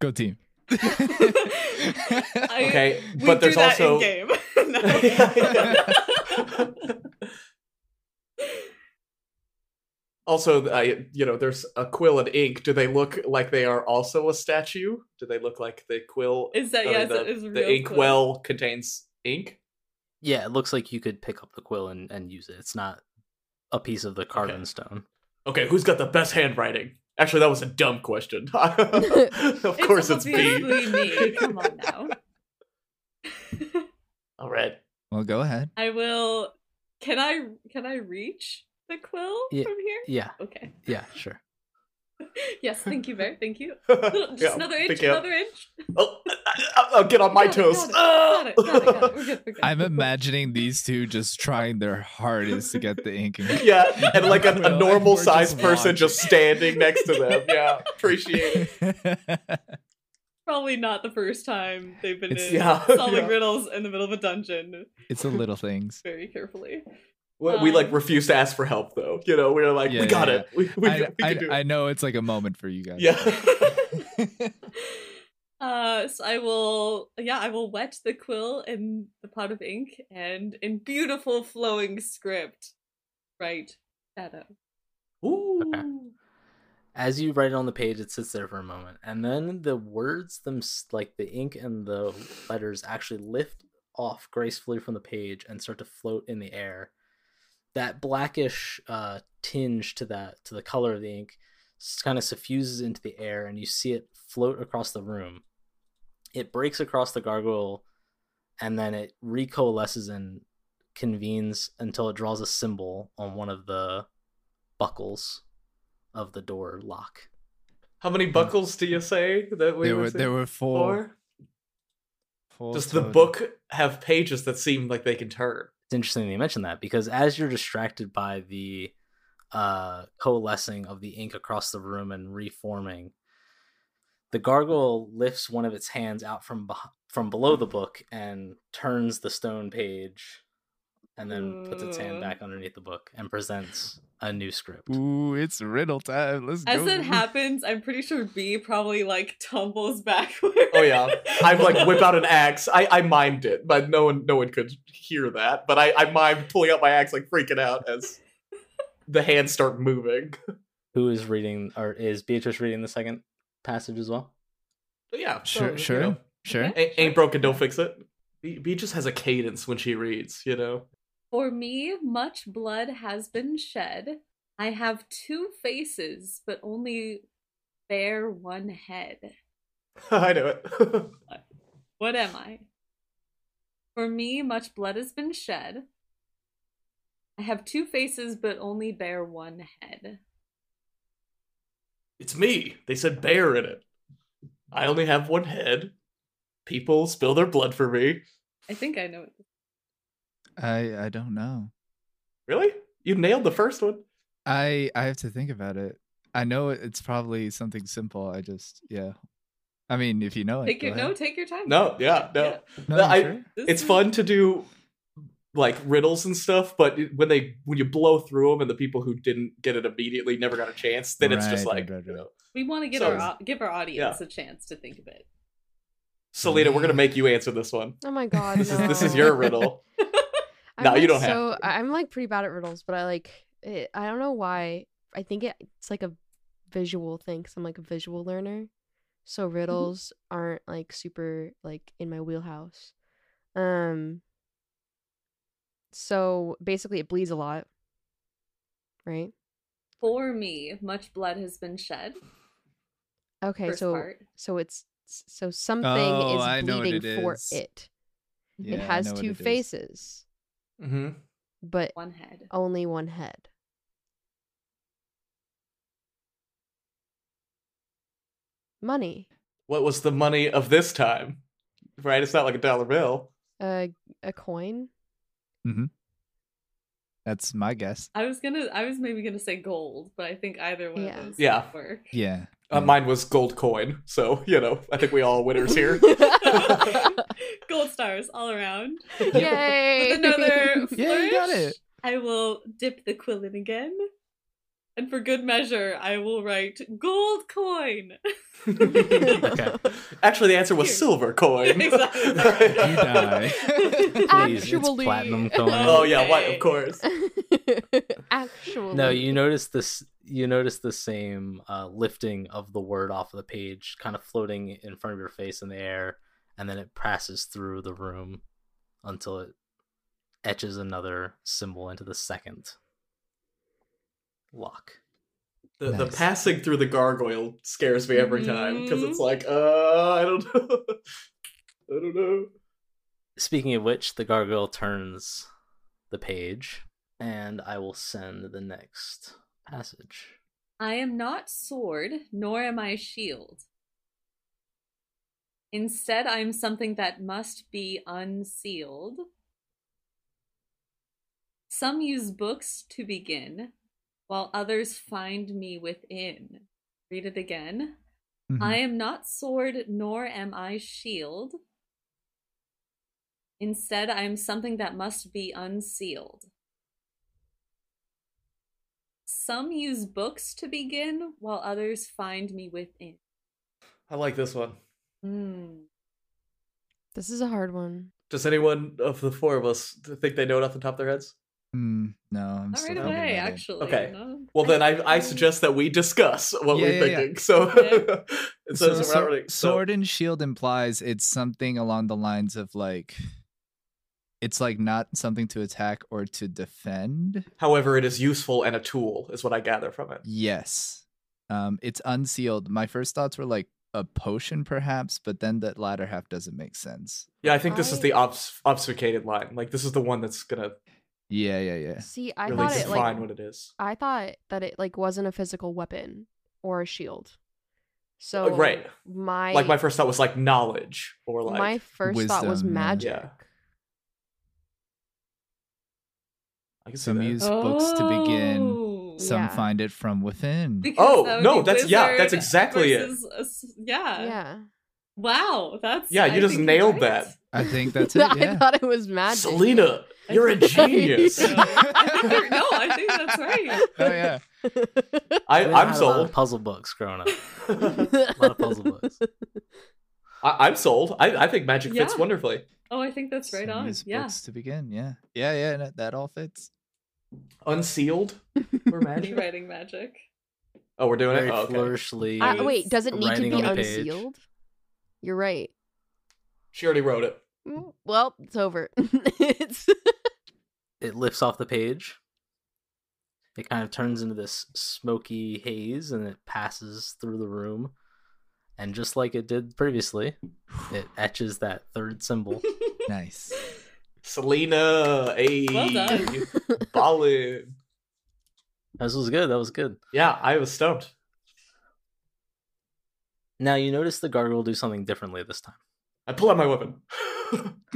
S2: Go team.
S4: I-
S5: Okay,
S4: We
S5: but there's
S4: do that
S5: also.
S4: in-game.
S5: also, I you know, there's a quill and ink. Do they look like they are also a statue? Do they look like the quill?
S4: is that
S5: uh,
S4: yes?
S5: the,
S4: it is
S5: the
S4: real
S5: ink
S4: close.
S5: well contains ink.
S1: Yeah, it looks like you could pick up the quill and, and use it. It's not a piece of the carven
S5: Okay.
S1: stone.
S5: Okay, who's got the best handwriting? Actually, that was a dumb question. of course, it's B.
S4: obviously me. Come on now.
S5: All right.
S2: Well, go ahead.
S4: I will. Can I can I reach the quill
S1: Yeah.
S4: from here?
S1: Yeah,
S4: Okay.
S1: yeah, sure.
S4: Yes, thank you, Bear. Thank you. Just
S5: Yeah,
S4: another inch,
S5: pick it up.
S4: another inch.
S5: Oh, I, I- I'll get on my
S4: Got it,
S5: toes. Ah!
S4: Got it, got it, got it. We're good, we're good.
S2: I'm imagining these two just trying their hardest to get the ink. And-
S5: yeah, and like a,
S2: Well,
S5: a
S2: and
S5: normal
S2: we're
S5: sized
S2: just
S5: person
S2: watching.
S5: just standing next to them. Yeah, appreciate it.
S4: Probably not the first time they've been
S2: It's-
S4: in
S5: yeah,
S4: solving
S5: yeah.
S4: riddles in the middle of a dungeon
S2: it's the little things.
S4: very carefully.
S5: We, we, like
S4: Um,
S5: refuse to ask for help though. You know, we are like,
S2: Yeah,
S5: we got
S2: yeah,
S5: it. We, we,
S2: I,
S5: we
S2: I-
S5: can do
S2: I
S5: it.
S2: know it's like a moment for you guys.
S5: Yeah.
S4: uh, so I will, yeah, I will wet the quill in the pot of ink and in beautiful flowing script, write shadow.
S5: Ooh.
S1: As you write it on the page, it sits there for a moment, and then the words them like the ink and the letters actually lift off gracefully from the page and start to float in the air. That blackish uh, tinge to that to the color of the ink kind of suffuses into the air, and you see it float across the room. It breaks across the gargoyle, and then it recoalesces and convenes until it draws a symbol on one of the buckles of the door lock.
S5: How many buckles do you say that we
S2: there
S5: were
S2: were there were four.
S5: four?
S2: four
S5: Does the
S2: total.
S5: book have pages that seem like they can turn?
S1: It's interesting that you mentioned that because as you're distracted by the uh, coalescing of the ink across the room and reforming, the gargoyle lifts one of its hands out from beh- from below the book and turns the stone page, and then puts its hand
S4: Ooh.
S1: back underneath the book and presents a new script.
S2: Ooh, it's riddle time. Let's
S4: As
S2: go.
S4: that happens, I'm pretty sure B probably like tumbles backwards.
S5: Oh yeah, I like whip out an axe. I, I mimed it, but no one no one could hear that. But I, I mimed pulling out my axe, like freaking out as the hands start moving.
S1: Who is reading or is Beatrice reading the second passage as well?
S5: But yeah,
S2: Sure,
S5: so, you
S2: sure,
S5: know,
S2: sure.
S5: ain't, ain't broken, don't fix it. B, B just has a cadence when she reads, you know.
S4: For me, much blood has been shed. I have two faces, but only bear one head.
S5: I know it.
S4: What am I? For me, much blood has been shed. I have two faces, but only bear one head.
S5: it's me. They said bear in it. I only have one head. People spill their blood for me.
S4: I think I know. It.
S2: I I don't know.
S5: Really? You nailed the first one.
S2: I I have to think about it. I know it- it's probably something simple. I just yeah. I mean, if you know it,
S4: Take
S2: go
S4: your no.
S2: ahead.
S4: Take your time.
S5: No, yeah, no.
S4: Yeah.
S2: No,
S5: No,
S2: you
S5: I-
S2: sure?
S4: This
S5: it's
S4: is-
S5: fun to do like riddles and stuff but it- when they when you blow through them and the people who didn't get it immediately never got a chance then it's just
S2: Right,
S5: like
S2: right, right,
S5: you
S2: right.
S5: know,
S4: We want to give
S5: So
S4: our
S5: it's-
S4: au- give our audience a chance to think of it.
S5: selena we're gonna make you answer this one
S3: Oh my god.
S5: this is this is
S3: no.
S5: your riddle
S3: I'm
S5: No, you
S3: like
S5: don't have
S3: so,
S5: to.
S3: I- I'm like pretty bad at riddles, but I like it, I don't know why. I think it, it's like a visual thing because I'm like a visual learner, so
S2: Mm-hmm.
S3: riddles aren't like super like in my wheelhouse. Um. So basically, it bleeds a lot, right?
S4: For me, much blood has been shed.
S3: Okay,
S4: First
S3: so
S4: part.
S3: so it's so something
S2: Oh,
S3: is
S2: I know what
S3: bleeding
S2: it
S3: for
S2: is.
S3: it.
S2: Yeah,
S3: it
S2: I
S3: has
S2: know what
S3: two
S2: it is.
S3: faces,
S5: mm-hmm.
S3: but
S4: One head.
S3: only one head. Money.
S5: what was the money of this time right it's not like a dollar bill
S3: A a coin.
S2: That's my guess.
S4: I was gonna. I was maybe gonna say gold, but I think either one
S3: Yeah.
S4: of those
S5: Yeah.
S4: would work.
S2: Yeah.
S5: uh,
S2: yeah.
S5: mine was gold coin so you know i think we all winners here
S4: gold stars all around.
S3: Yay!
S4: With another flourish,
S2: Yeah, you got it.
S4: I will dip the quill in again. And for good measure, I will write gold coin.
S1: Okay.
S5: actually the answer was
S4: Here.
S5: silver coin
S4: Exactly.
S2: You die.
S1: Please,
S3: Actually.
S1: it's platinum coin.
S5: oh yeah why of course
S3: Actually.
S1: No, you notice this. You notice the same uh, lifting of the word off of the page, kind of floating in front of your face in the air, and then it passes through the room until it etches another symbol into the second lock.
S5: The, the
S2: Nice.
S5: passing through the gargoyle scares me
S4: Mm-hmm.
S5: every time because it's like, uh, I don't know, I don't know.
S1: Speaking of which, the gargoyle turns the page, and I will send the next passage.
S4: I am not sword, nor am I shield. Instead, I am something that must be unsealed. Some use books to begin, while others find me within. Read it again.
S5: Mm-hmm.
S2: Mhm.
S4: I am not sword, nor am I shield. Instead, I am something that must be unsealed. Some use books to begin, while others find me within.
S5: I like this one.
S4: Hmm.
S3: This is a hard one.
S5: Does anyone of the four of us think they know it off the top of their heads?
S2: Mm, no, I'm
S4: Not
S2: still
S4: right
S2: thinking
S4: away,
S2: about it.
S4: actually.
S5: Okay.
S4: no?
S5: Well, then I, I
S4: um,
S5: suggest that we discuss what
S2: Yeah,
S5: we're
S2: yeah, yeah.
S5: thinking. So,
S4: Okay.
S5: it
S2: So,
S5: says we're
S2: so-
S5: not ready. So-
S2: sword and shield implies it's something along the lines of like, it's like not something to attack or to defend.
S5: However, it is useful and a tool, is what I gather from it.
S2: Yes, um, it's unsealed. My first thoughts were like a potion, perhaps, but then that latter half doesn't make sense.
S5: Yeah, I think this is
S3: I-
S5: the obf- obfuscated line. Like, this is the one that's gonna
S2: Yeah, yeah, yeah.
S3: See, I
S5: really
S3: thought it
S5: define
S3: like
S5: what it is.
S3: I thought that it like wasn't a physical weapon or a shield. So
S5: Oh, right.
S3: my
S5: like, my first thought was like knowledge or like
S3: my first thought was
S2: Wisdom, yeah.
S3: magic.
S5: Yeah. I can see
S2: Some
S5: that.
S2: use books to begin.
S4: Oh.
S2: Some
S3: Yeah.
S2: find it from within.
S4: Because
S5: Oh,
S4: that would
S5: no,
S4: be
S5: that's- yeah,
S4: wizard
S5: that's exactly it.
S4: versus a s- yeah.
S3: Yeah.
S4: Wow, that's
S5: Yeah, you
S4: I
S5: just
S4: think you're
S5: nailed
S4: right.
S5: that.
S2: I think that's it.
S3: I
S2: Yeah.
S3: thought it was Oh, magic.
S5: Selena, you're a genius.
S4: So, I think you're- no, I think that's right.
S2: Oh yeah.
S1: I
S5: I,
S1: had
S5: I'm
S1: a lot of
S5: sold.
S1: puzzle books growing up.
S5: I,
S1: A lot of puzzle books.
S5: I'm sold. I, I think magic fits
S4: Yeah.
S5: wonderfully.
S4: Oh, I think that's right
S2: Some
S4: on.
S2: use
S4: Yeah.
S2: Books to begin. Yeah. Yeah, yeah. no, that all fits.
S5: Unsealed or magic.
S4: Rewriting magic.
S5: Oh, we're doing
S1: Very
S5: it. Oh, okay.
S1: flourishly.
S3: Uh, wait, does it need to
S1: writing
S3: be
S1: on the page.
S3: unsealed? You're right.
S5: She already wrote it.
S3: Mm, Well, it's over. it's
S1: It lifts off the page. It kind of turns into this smoky haze and it passes through the room. And just like it did previously, it etches that third symbol.
S2: Nice.
S5: Selena, hey,
S4: Well done.
S5: ballin'.
S1: This was good. That was good.
S5: Yeah, I was stumped.
S1: Now you notice the gargoyle do something differently this time.
S5: I pull out my weapon.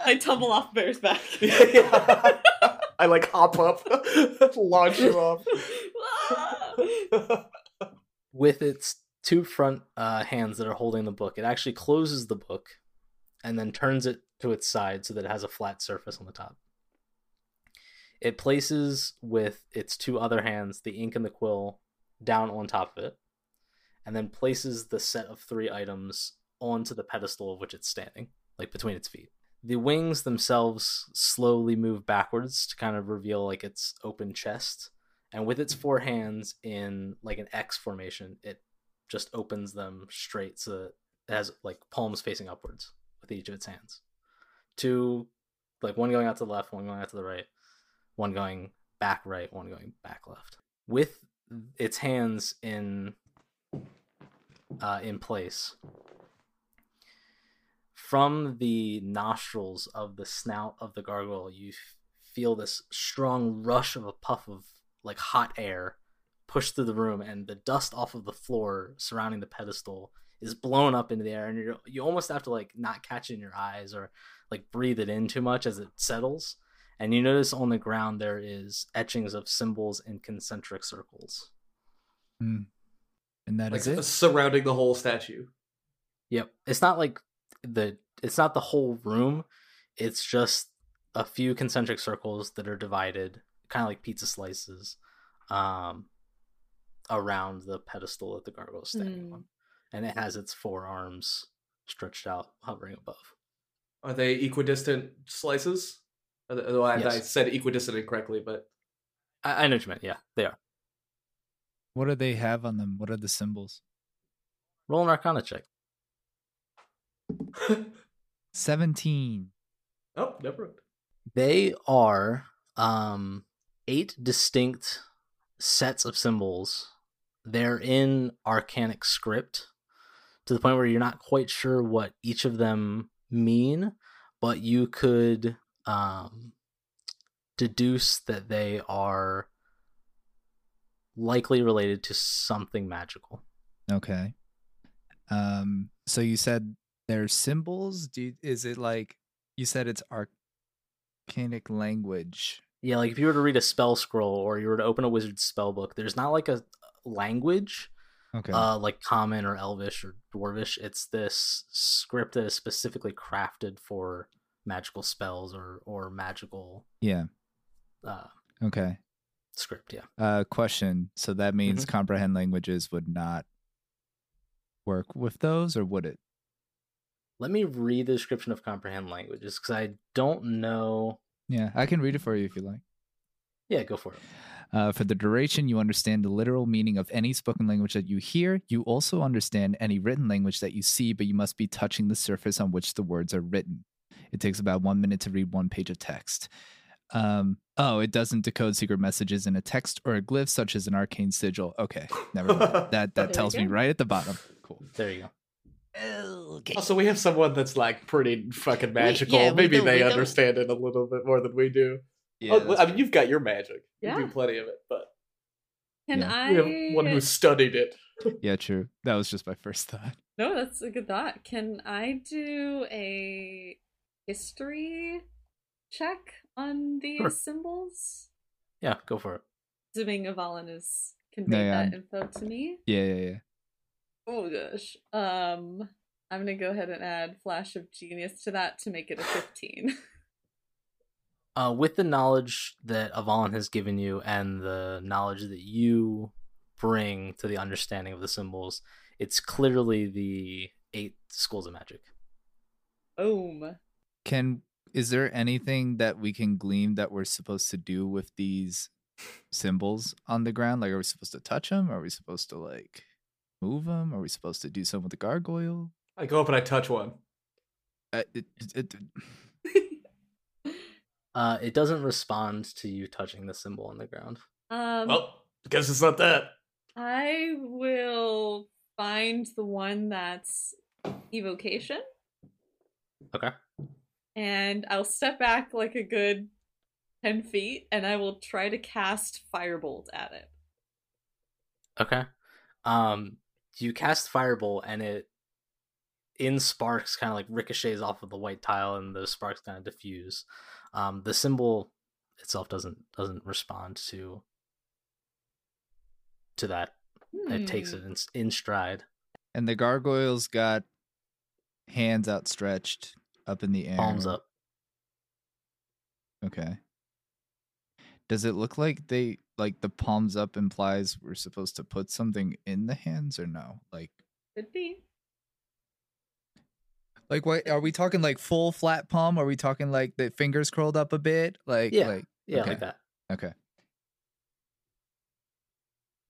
S4: I tumble off Bear's back.
S5: I like hop up, launch him off.
S1: With its two front uh, hands that are holding the book, it actually closes the book and then turns it to its side so that it has a flat surface on the top. It places with its two other hands the ink and the quill down on top of it, and then places the set of three items onto the pedestal of which it's standing, like between its feet. The wings themselves slowly move backwards to kind of reveal like its open chest, and with its four hands in like an X formation, it just opens them straight so that it has like palms facing upwards with each of its hands. Two, like one going out to the left, one going out to the right, one going back right, one going back left. With its hands in uh, in place, from the nostrils of the snout of the gargoyle, you f- feel this strong rush of a puff of like hot air push through the room, and the dust off of the floor surrounding the pedestal is blown up into the air, and you you almost have to like not catch it in your eyes or like breathe it in too much as it settles. And you notice on the ground there is etchings of symbols in concentric circles.
S2: and that
S5: Like
S2: is it.
S5: surrounding the whole statue.
S1: Yep. It's not like the it's not the whole room. It's just a few concentric circles that are divided, kind of like pizza slices, um, around the pedestal that the gargoyle is standing
S4: Hmm.
S1: on, and it has its four arms stretched out, hovering above.
S5: Are they equidistant slices? Are they- well, I- I
S1: Yes.
S5: said equidistant incorrectly, but
S1: I, I know what you meant. Yeah, they are.
S2: What do they have on them? What are the symbols?
S1: Roll an Arcana check.
S2: Seventeen.
S5: oh, never mind.
S1: They are um, eight distinct sets of symbols. They're in arcanic script to the point where you're not quite sure what each of them mean, but you could um, deduce that they are likely related to something magical.
S2: Okay. Um. So you said they're symbols. Do you, is it like you said it's arcanic language?
S1: Yeah, like if you were to read a spell scroll or you were to open a wizard's spell book, there's not like a language,
S2: Okay.
S1: uh, like common or elvish or dwarvish. It's this script that is specifically crafted for magical spells or or magical
S2: yeah.
S1: uh,
S2: Okay.
S1: script. Yeah,
S2: Uh, question. So that means
S4: Mm-hmm.
S2: comprehend languages would not work with those, or would it?
S1: let me read the description of comprehend languages because I don't know.
S2: Yeah, I can read it for you if you like.
S1: Yeah, go for it.
S2: Uh, for the duration, you understand the literal meaning of any spoken language that you hear. You also understand any written language that you see, but you must be touching the surface on which the words are written. It takes about one minute to read one page of text. Um, oh, it doesn't decode secret messages in a text or a glyph, such as an arcane sigil. Okay, never mind. That
S4: There
S2: that
S4: you
S2: tells me
S4: go. Oh,
S2: right at the bottom. Cool.
S1: There you go.
S2: Okay.
S5: Also, we have someone that's like pretty fucking magical.
S2: yeah, we
S5: Maybe
S2: don't- we
S5: they
S2: don't-
S5: understand it a little bit more than we do. Oh, well, I mean, you've got your magic. You
S4: Yeah.
S5: do plenty of it, but
S4: Can
S2: Yeah.
S4: I?
S5: we have one who studied it.
S2: yeah, true. That was just my first thought.
S4: No, that's a good thought. Can I do a history check on these
S1: Sure.
S4: symbols?
S1: Yeah, go for it.
S4: Assuming Avalon has conveyed
S2: Yeah,
S4: that info to me.
S2: Yeah, yeah, yeah.
S4: Oh gosh. Um, I'm gonna go ahead and add flash of genius to that to make it a 15.
S1: uh, with the knowledge that Avalon has given you and the knowledge that you bring to the understanding of the symbols, it's clearly the eight schools of magic.
S4: Boom.
S2: Can is there anything that we can glean that we're supposed to do with these symbols on the ground? Like, are we supposed to touch them? Are we supposed to like move them? Are we supposed to do something with the gargoyle?
S5: I go up and I touch one.
S2: Uh, it, it, it-
S1: Uh, it doesn't respond to you touching the symbol on the ground.
S4: Um,
S5: Well, because it's not that.
S4: I will find the one that's evocation.
S1: Okay.
S4: And I'll step back like a good 10 feet and I will try to cast Firebolt at it.
S1: Okay. Um, you cast Firebolt and it, in sparks, kind of like ricochets off of the white tile, and those sparks kind of diffuse. Um, the symbol itself doesn't doesn't respond to to that it takes
S4: Hmm.
S1: it in, in stride.
S2: and the gargoyle's got hands outstretched up in the air.
S1: Palms up.
S2: Okay. Does it look like they like the palms up implies we're supposed to put something in the hands or no? Like
S4: Could be.
S2: Like what are we talking like full flat palm? Are we talking like the fingers curled up a bit? Like
S1: Yeah.
S2: like
S1: Yeah,
S2: Okay.
S1: like that.
S2: okay.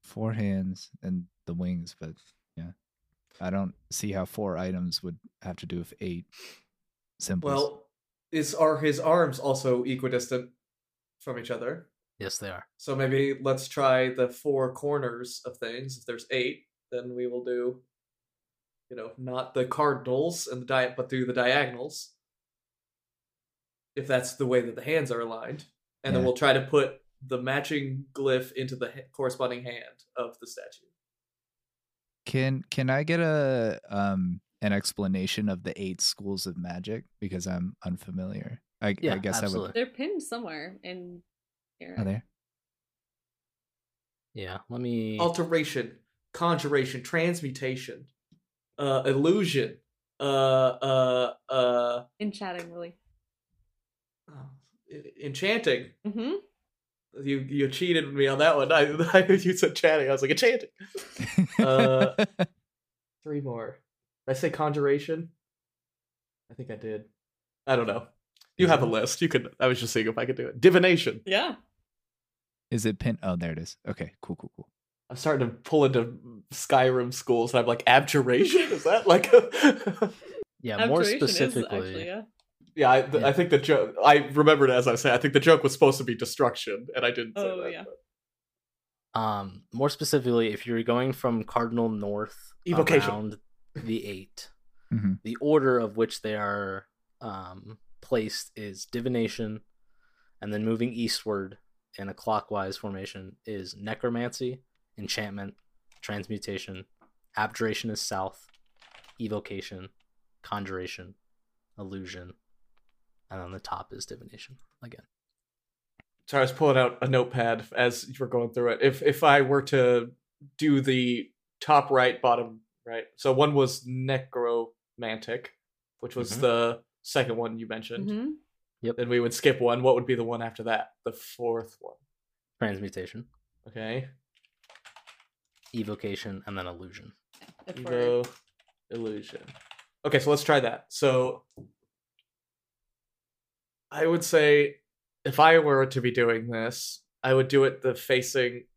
S2: Four hands and the wings, but yeah. I don't see how four items would have to do with eight symbols.
S5: Well, is are his arms also equidistant from each other?
S1: Yes, they are.
S5: So maybe let's try the four corners of things. If there's eight, then we will do, you know, not the cardinals and the diet, but do the diagonals. If that's the way that the hands are aligned, and then
S2: Yeah.
S5: we'll try to put the matching glyph into the ha- corresponding hand of the statue.
S2: Can can I get a um an explanation of the eight schools of magic because I'm unfamiliar. I, I
S1: Yeah,
S2: guess
S1: absolutely.
S4: They're pinned somewhere in here.
S2: I would. Are there?
S1: Yeah, let me.
S5: Alteration, conjuration, transmutation, uh, illusion, uh, uh, uh,
S4: In chatting, really.
S5: oh, e- enchanting.
S4: Mm-hmm.
S5: You you cheated me on that one. I, I you said chatting. I was like enchanting.
S2: Oh,
S5: Uh, Three more. Did I say conjuration? I think I did. I don't know. You have a list. You could. I was just seeing if I could do it. Divination.
S4: Yeah.
S2: Is it pin? Oh, there it is. Okay, cool, cool, cool.
S5: I'm starting to pull into Skyrim schools, and I'm like abjuration. Is that like? A...
S1: yeah, more
S4: Abjuration is
S1: specifically.
S4: actually, yeah.
S5: yeah, I, th- I think the joke. I remembered as I was saying. I think the joke was supposed to be destruction, and I didn't. Say
S4: Oh,
S5: that,
S4: yeah.
S5: but-
S1: Um, more specifically, if you're going from cardinal north
S5: Evocation.
S1: around the 8
S2: Mhm.
S1: the order of which they are um placed is divination, and then moving eastward in a clockwise formation is necromancy, enchantment, transmutation, abjuration is south, evocation, conjuration, illusion, and on the top is divination again.
S5: Sorry, I was pulling out a notepad as you were going through it. If if I were to do the top right, bottom right. So one was necromantic, which was
S1: Mhm.
S5: the second one you mentioned.
S4: Mhm.
S5: Then we would skip one. What would be the one after that? The fourth one.
S1: Transmutation,
S5: Okay.
S1: evocation, and then illusion.
S4: If we're-
S5: Evo illusion. Okay, so let's try that. So I would say if I were to be doing this, I would do it the facing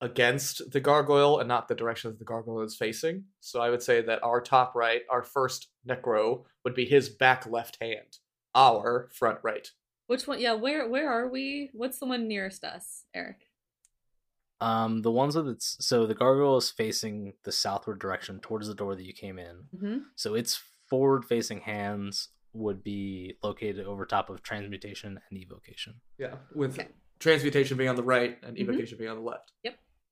S5: against the gargoyle and not the direction that the gargoyle is facing. So I would say that our top right, our first necro, would be his back left hand. Our front right.
S4: Which one? Yeah, where where are we? What's the one nearest us, Eric?
S1: Um, the ones with its so the gargoyle is facing the southward direction towards the door that you came in.
S4: Mm-hmm.
S1: So its forward facing hands would be located over top of transmutation and evocation.
S5: Yeah, with
S4: Okay.
S5: transmutation being on the right and
S4: Mhm.
S5: evocation being on the left.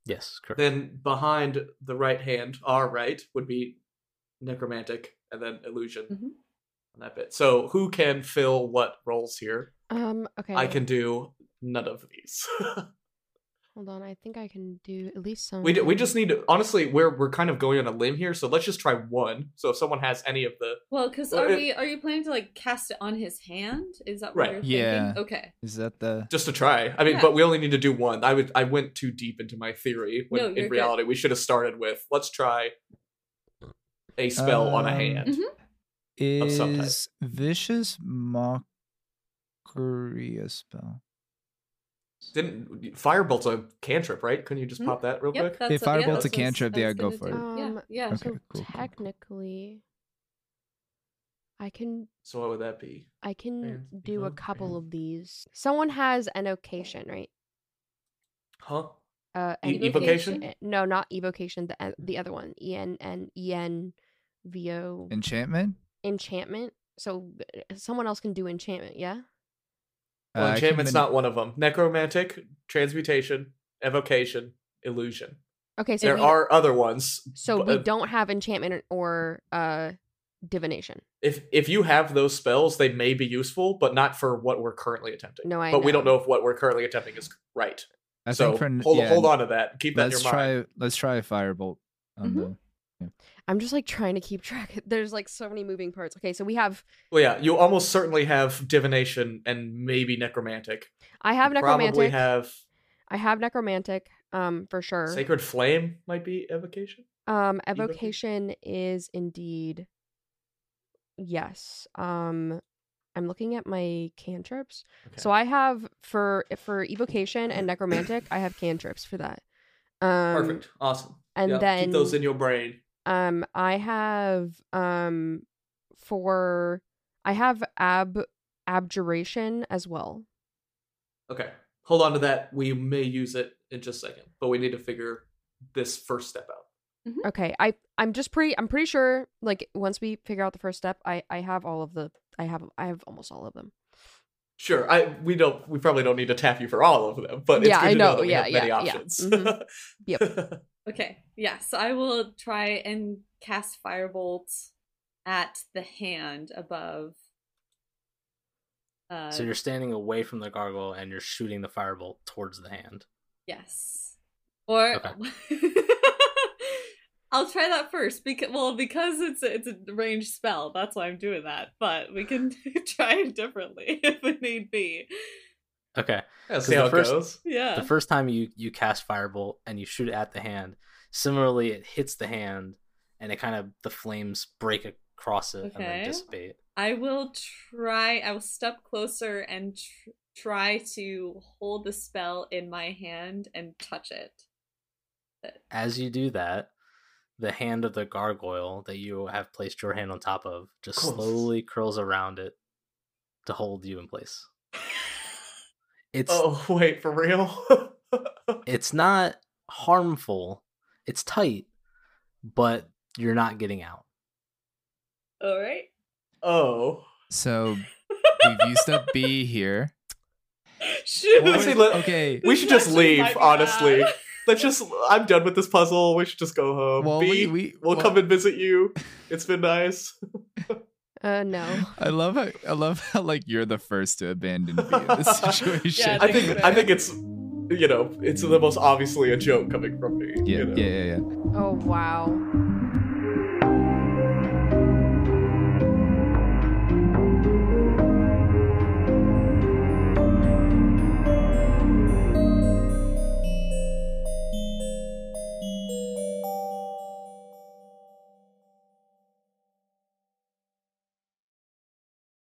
S1: Yes, correct.
S5: Then behind the right hand, our right, would be necromantic and then illusion
S4: Mhm.
S5: on that bit. So who can fill what roles here?
S3: Um. Okay.
S5: I can do none of these.
S3: Hold on. I think I can do at least some.
S5: we d
S4: Mm-hmm.
S5: we just need to, honestly we're we're kind of going on a limb here, so let's just try one. So if someone has any of the
S4: Well, because
S5: Well,
S4: are
S5: it-
S4: we are you planning to like cast it on his hand? Is that what
S5: Right.
S4: you're
S2: Yeah.
S4: thinking? Okay.
S2: Is that the
S5: just to try. I mean,
S4: Yeah.
S5: but we only need to do one. I would I went too deep into my theory when
S4: No, you're
S5: in
S4: good.
S5: reality we should have started with let's try a spell on a
S2: Um,
S5: hand.
S4: Mhm.
S5: Of some type.
S2: is vicious mockery a spell?
S5: Didn't firebolt's a cantrip, right? Couldn't you just
S4: Mhm.
S5: pop that real quick?
S4: Yep. That's
S2: If
S4: what-
S2: Firebolt's
S4: yeah, that's
S2: a
S4: what I was-
S2: cantrip,
S4: I
S2: yeah,
S4: was
S2: go
S4: gonna
S2: for
S4: do.
S2: it.
S4: Yeah. Yeah.
S2: Okay,
S3: so
S2: cool, cool, cool.
S3: technically, I can
S5: So what would that be?
S3: I can
S5: Fair,
S3: do
S5: yeah,
S3: a couple
S5: fair.
S3: of these. Someone has an occasion, right?
S5: Huh?
S3: Uh,
S5: E-
S3: an
S5: evocation?
S3: evoca- No, not evocation. The e- the other one, E N N E N V O
S2: Enchantment?
S3: enchantment. So uh, someone else can do enchantment. Yeah.
S5: Well,
S2: Uh, I can
S5: enchantment's
S2: mani-
S5: not one of them. Necromantic, transmutation, evocation, illusion.
S3: Okay. So
S5: there
S3: we,
S5: are other ones.
S3: So
S5: but,
S3: we
S5: uh,
S3: don't have enchantment or uh divination.
S5: If if you have those spells, they may be useful, but not for what we're currently attempting.
S3: No, I
S5: But we don't
S3: know.
S5: know if what we're currently attempting is right.
S2: I think
S5: so
S2: for an-
S5: hold
S2: yeah,
S5: hold on to that. Keep that in
S2: Let's
S5: your
S2: try.
S5: mind.
S2: Let's try a firebolt. On
S4: Mhm.
S2: the,
S3: I'm just like trying to keep track. There's like so many moving parts. Okay, so we have
S5: Well, yeah, you almost certainly have divination and maybe necromantic.
S3: I have
S5: You Probably
S3: necromantic.
S5: have
S3: I have necromantic um for sure.
S5: sacred flame. Might be evocation.
S3: Um
S5: Evocation?
S3: evocation is indeed yes. Um I'm looking at my cantrips.
S5: Okay.
S3: So I have for for evocation and necromantic, I have cantrips for that. Um
S5: perfect, awesome.
S3: and
S5: Yeah,
S3: then
S5: keep those in your brain.
S3: Um, I have um for I have ab abjuration as well.
S5: Okay. Hold on to that. We may use it in just a second, but we need to figure this first step out.
S3: Okay, I I'm just pretty I'm pretty sure like once we figure out the first step, I I have all of the I have I have almost all of them.
S5: Sure. I we don't we probably don't need to tap you for all of them, but it's
S3: Yeah,
S5: good
S3: I
S5: to know,
S3: know.
S5: that we
S3: Yeah,
S5: have many
S3: yeah, yeah.
S5: options.
S2: Mm-hmm.
S3: Mhm.
S5: yep.
S4: Okay. Yeah. So I will try and cast firebolt at the hand above. Uh,
S1: so you're standing away from the gargoyle and you're shooting the firebolt towards the hand.
S4: Yes. Or I'll try that first because well because it's a, it's a ranged spell that's why I'm doing that but we can try it differently if it need be.
S1: Okay.
S5: Let's see
S1: the
S5: how it
S1: first-
S5: goes.
S4: Yeah.
S1: The first time you you cast firebolt and you shoot it at the hand, similarly it hits the hand and it kind of the flames break across it and
S4: Okay.
S1: then dissipate.
S4: I will try I will step closer and tr- try to hold the spell in my hand and touch it.
S1: As you do that, the hand of the gargoyle that you have placed your hand on top of just
S5: Cool.
S1: slowly curls around it to hold you in place. It's
S5: Oh wait, for real?
S1: it's not harmful. It's tight, but you're not getting out.
S4: All right.
S5: oh.
S2: so We've used up B here.
S4: Shoot.
S5: Let's see, let-
S2: okay.
S5: We should just
S4: Actually
S5: leave,
S4: might be
S5: honestly.
S4: bad.
S5: Let's just. I'm done with this puzzle. We should just go home.
S2: Well,
S5: uh, B,
S2: we, we
S5: will
S2: well,
S5: come and visit you. It's been nice.
S3: Uh, no.
S2: I love how I love how like you're the first to abandon B in this
S5: Yeah,
S2: situation.
S4: I
S5: I
S4: think
S5: think
S4: so.
S5: I think it's you know it's the most obviously a joke coming from me.
S2: yeah,
S5: you know?
S2: yeah, yeah, yeah.
S3: Oh wow.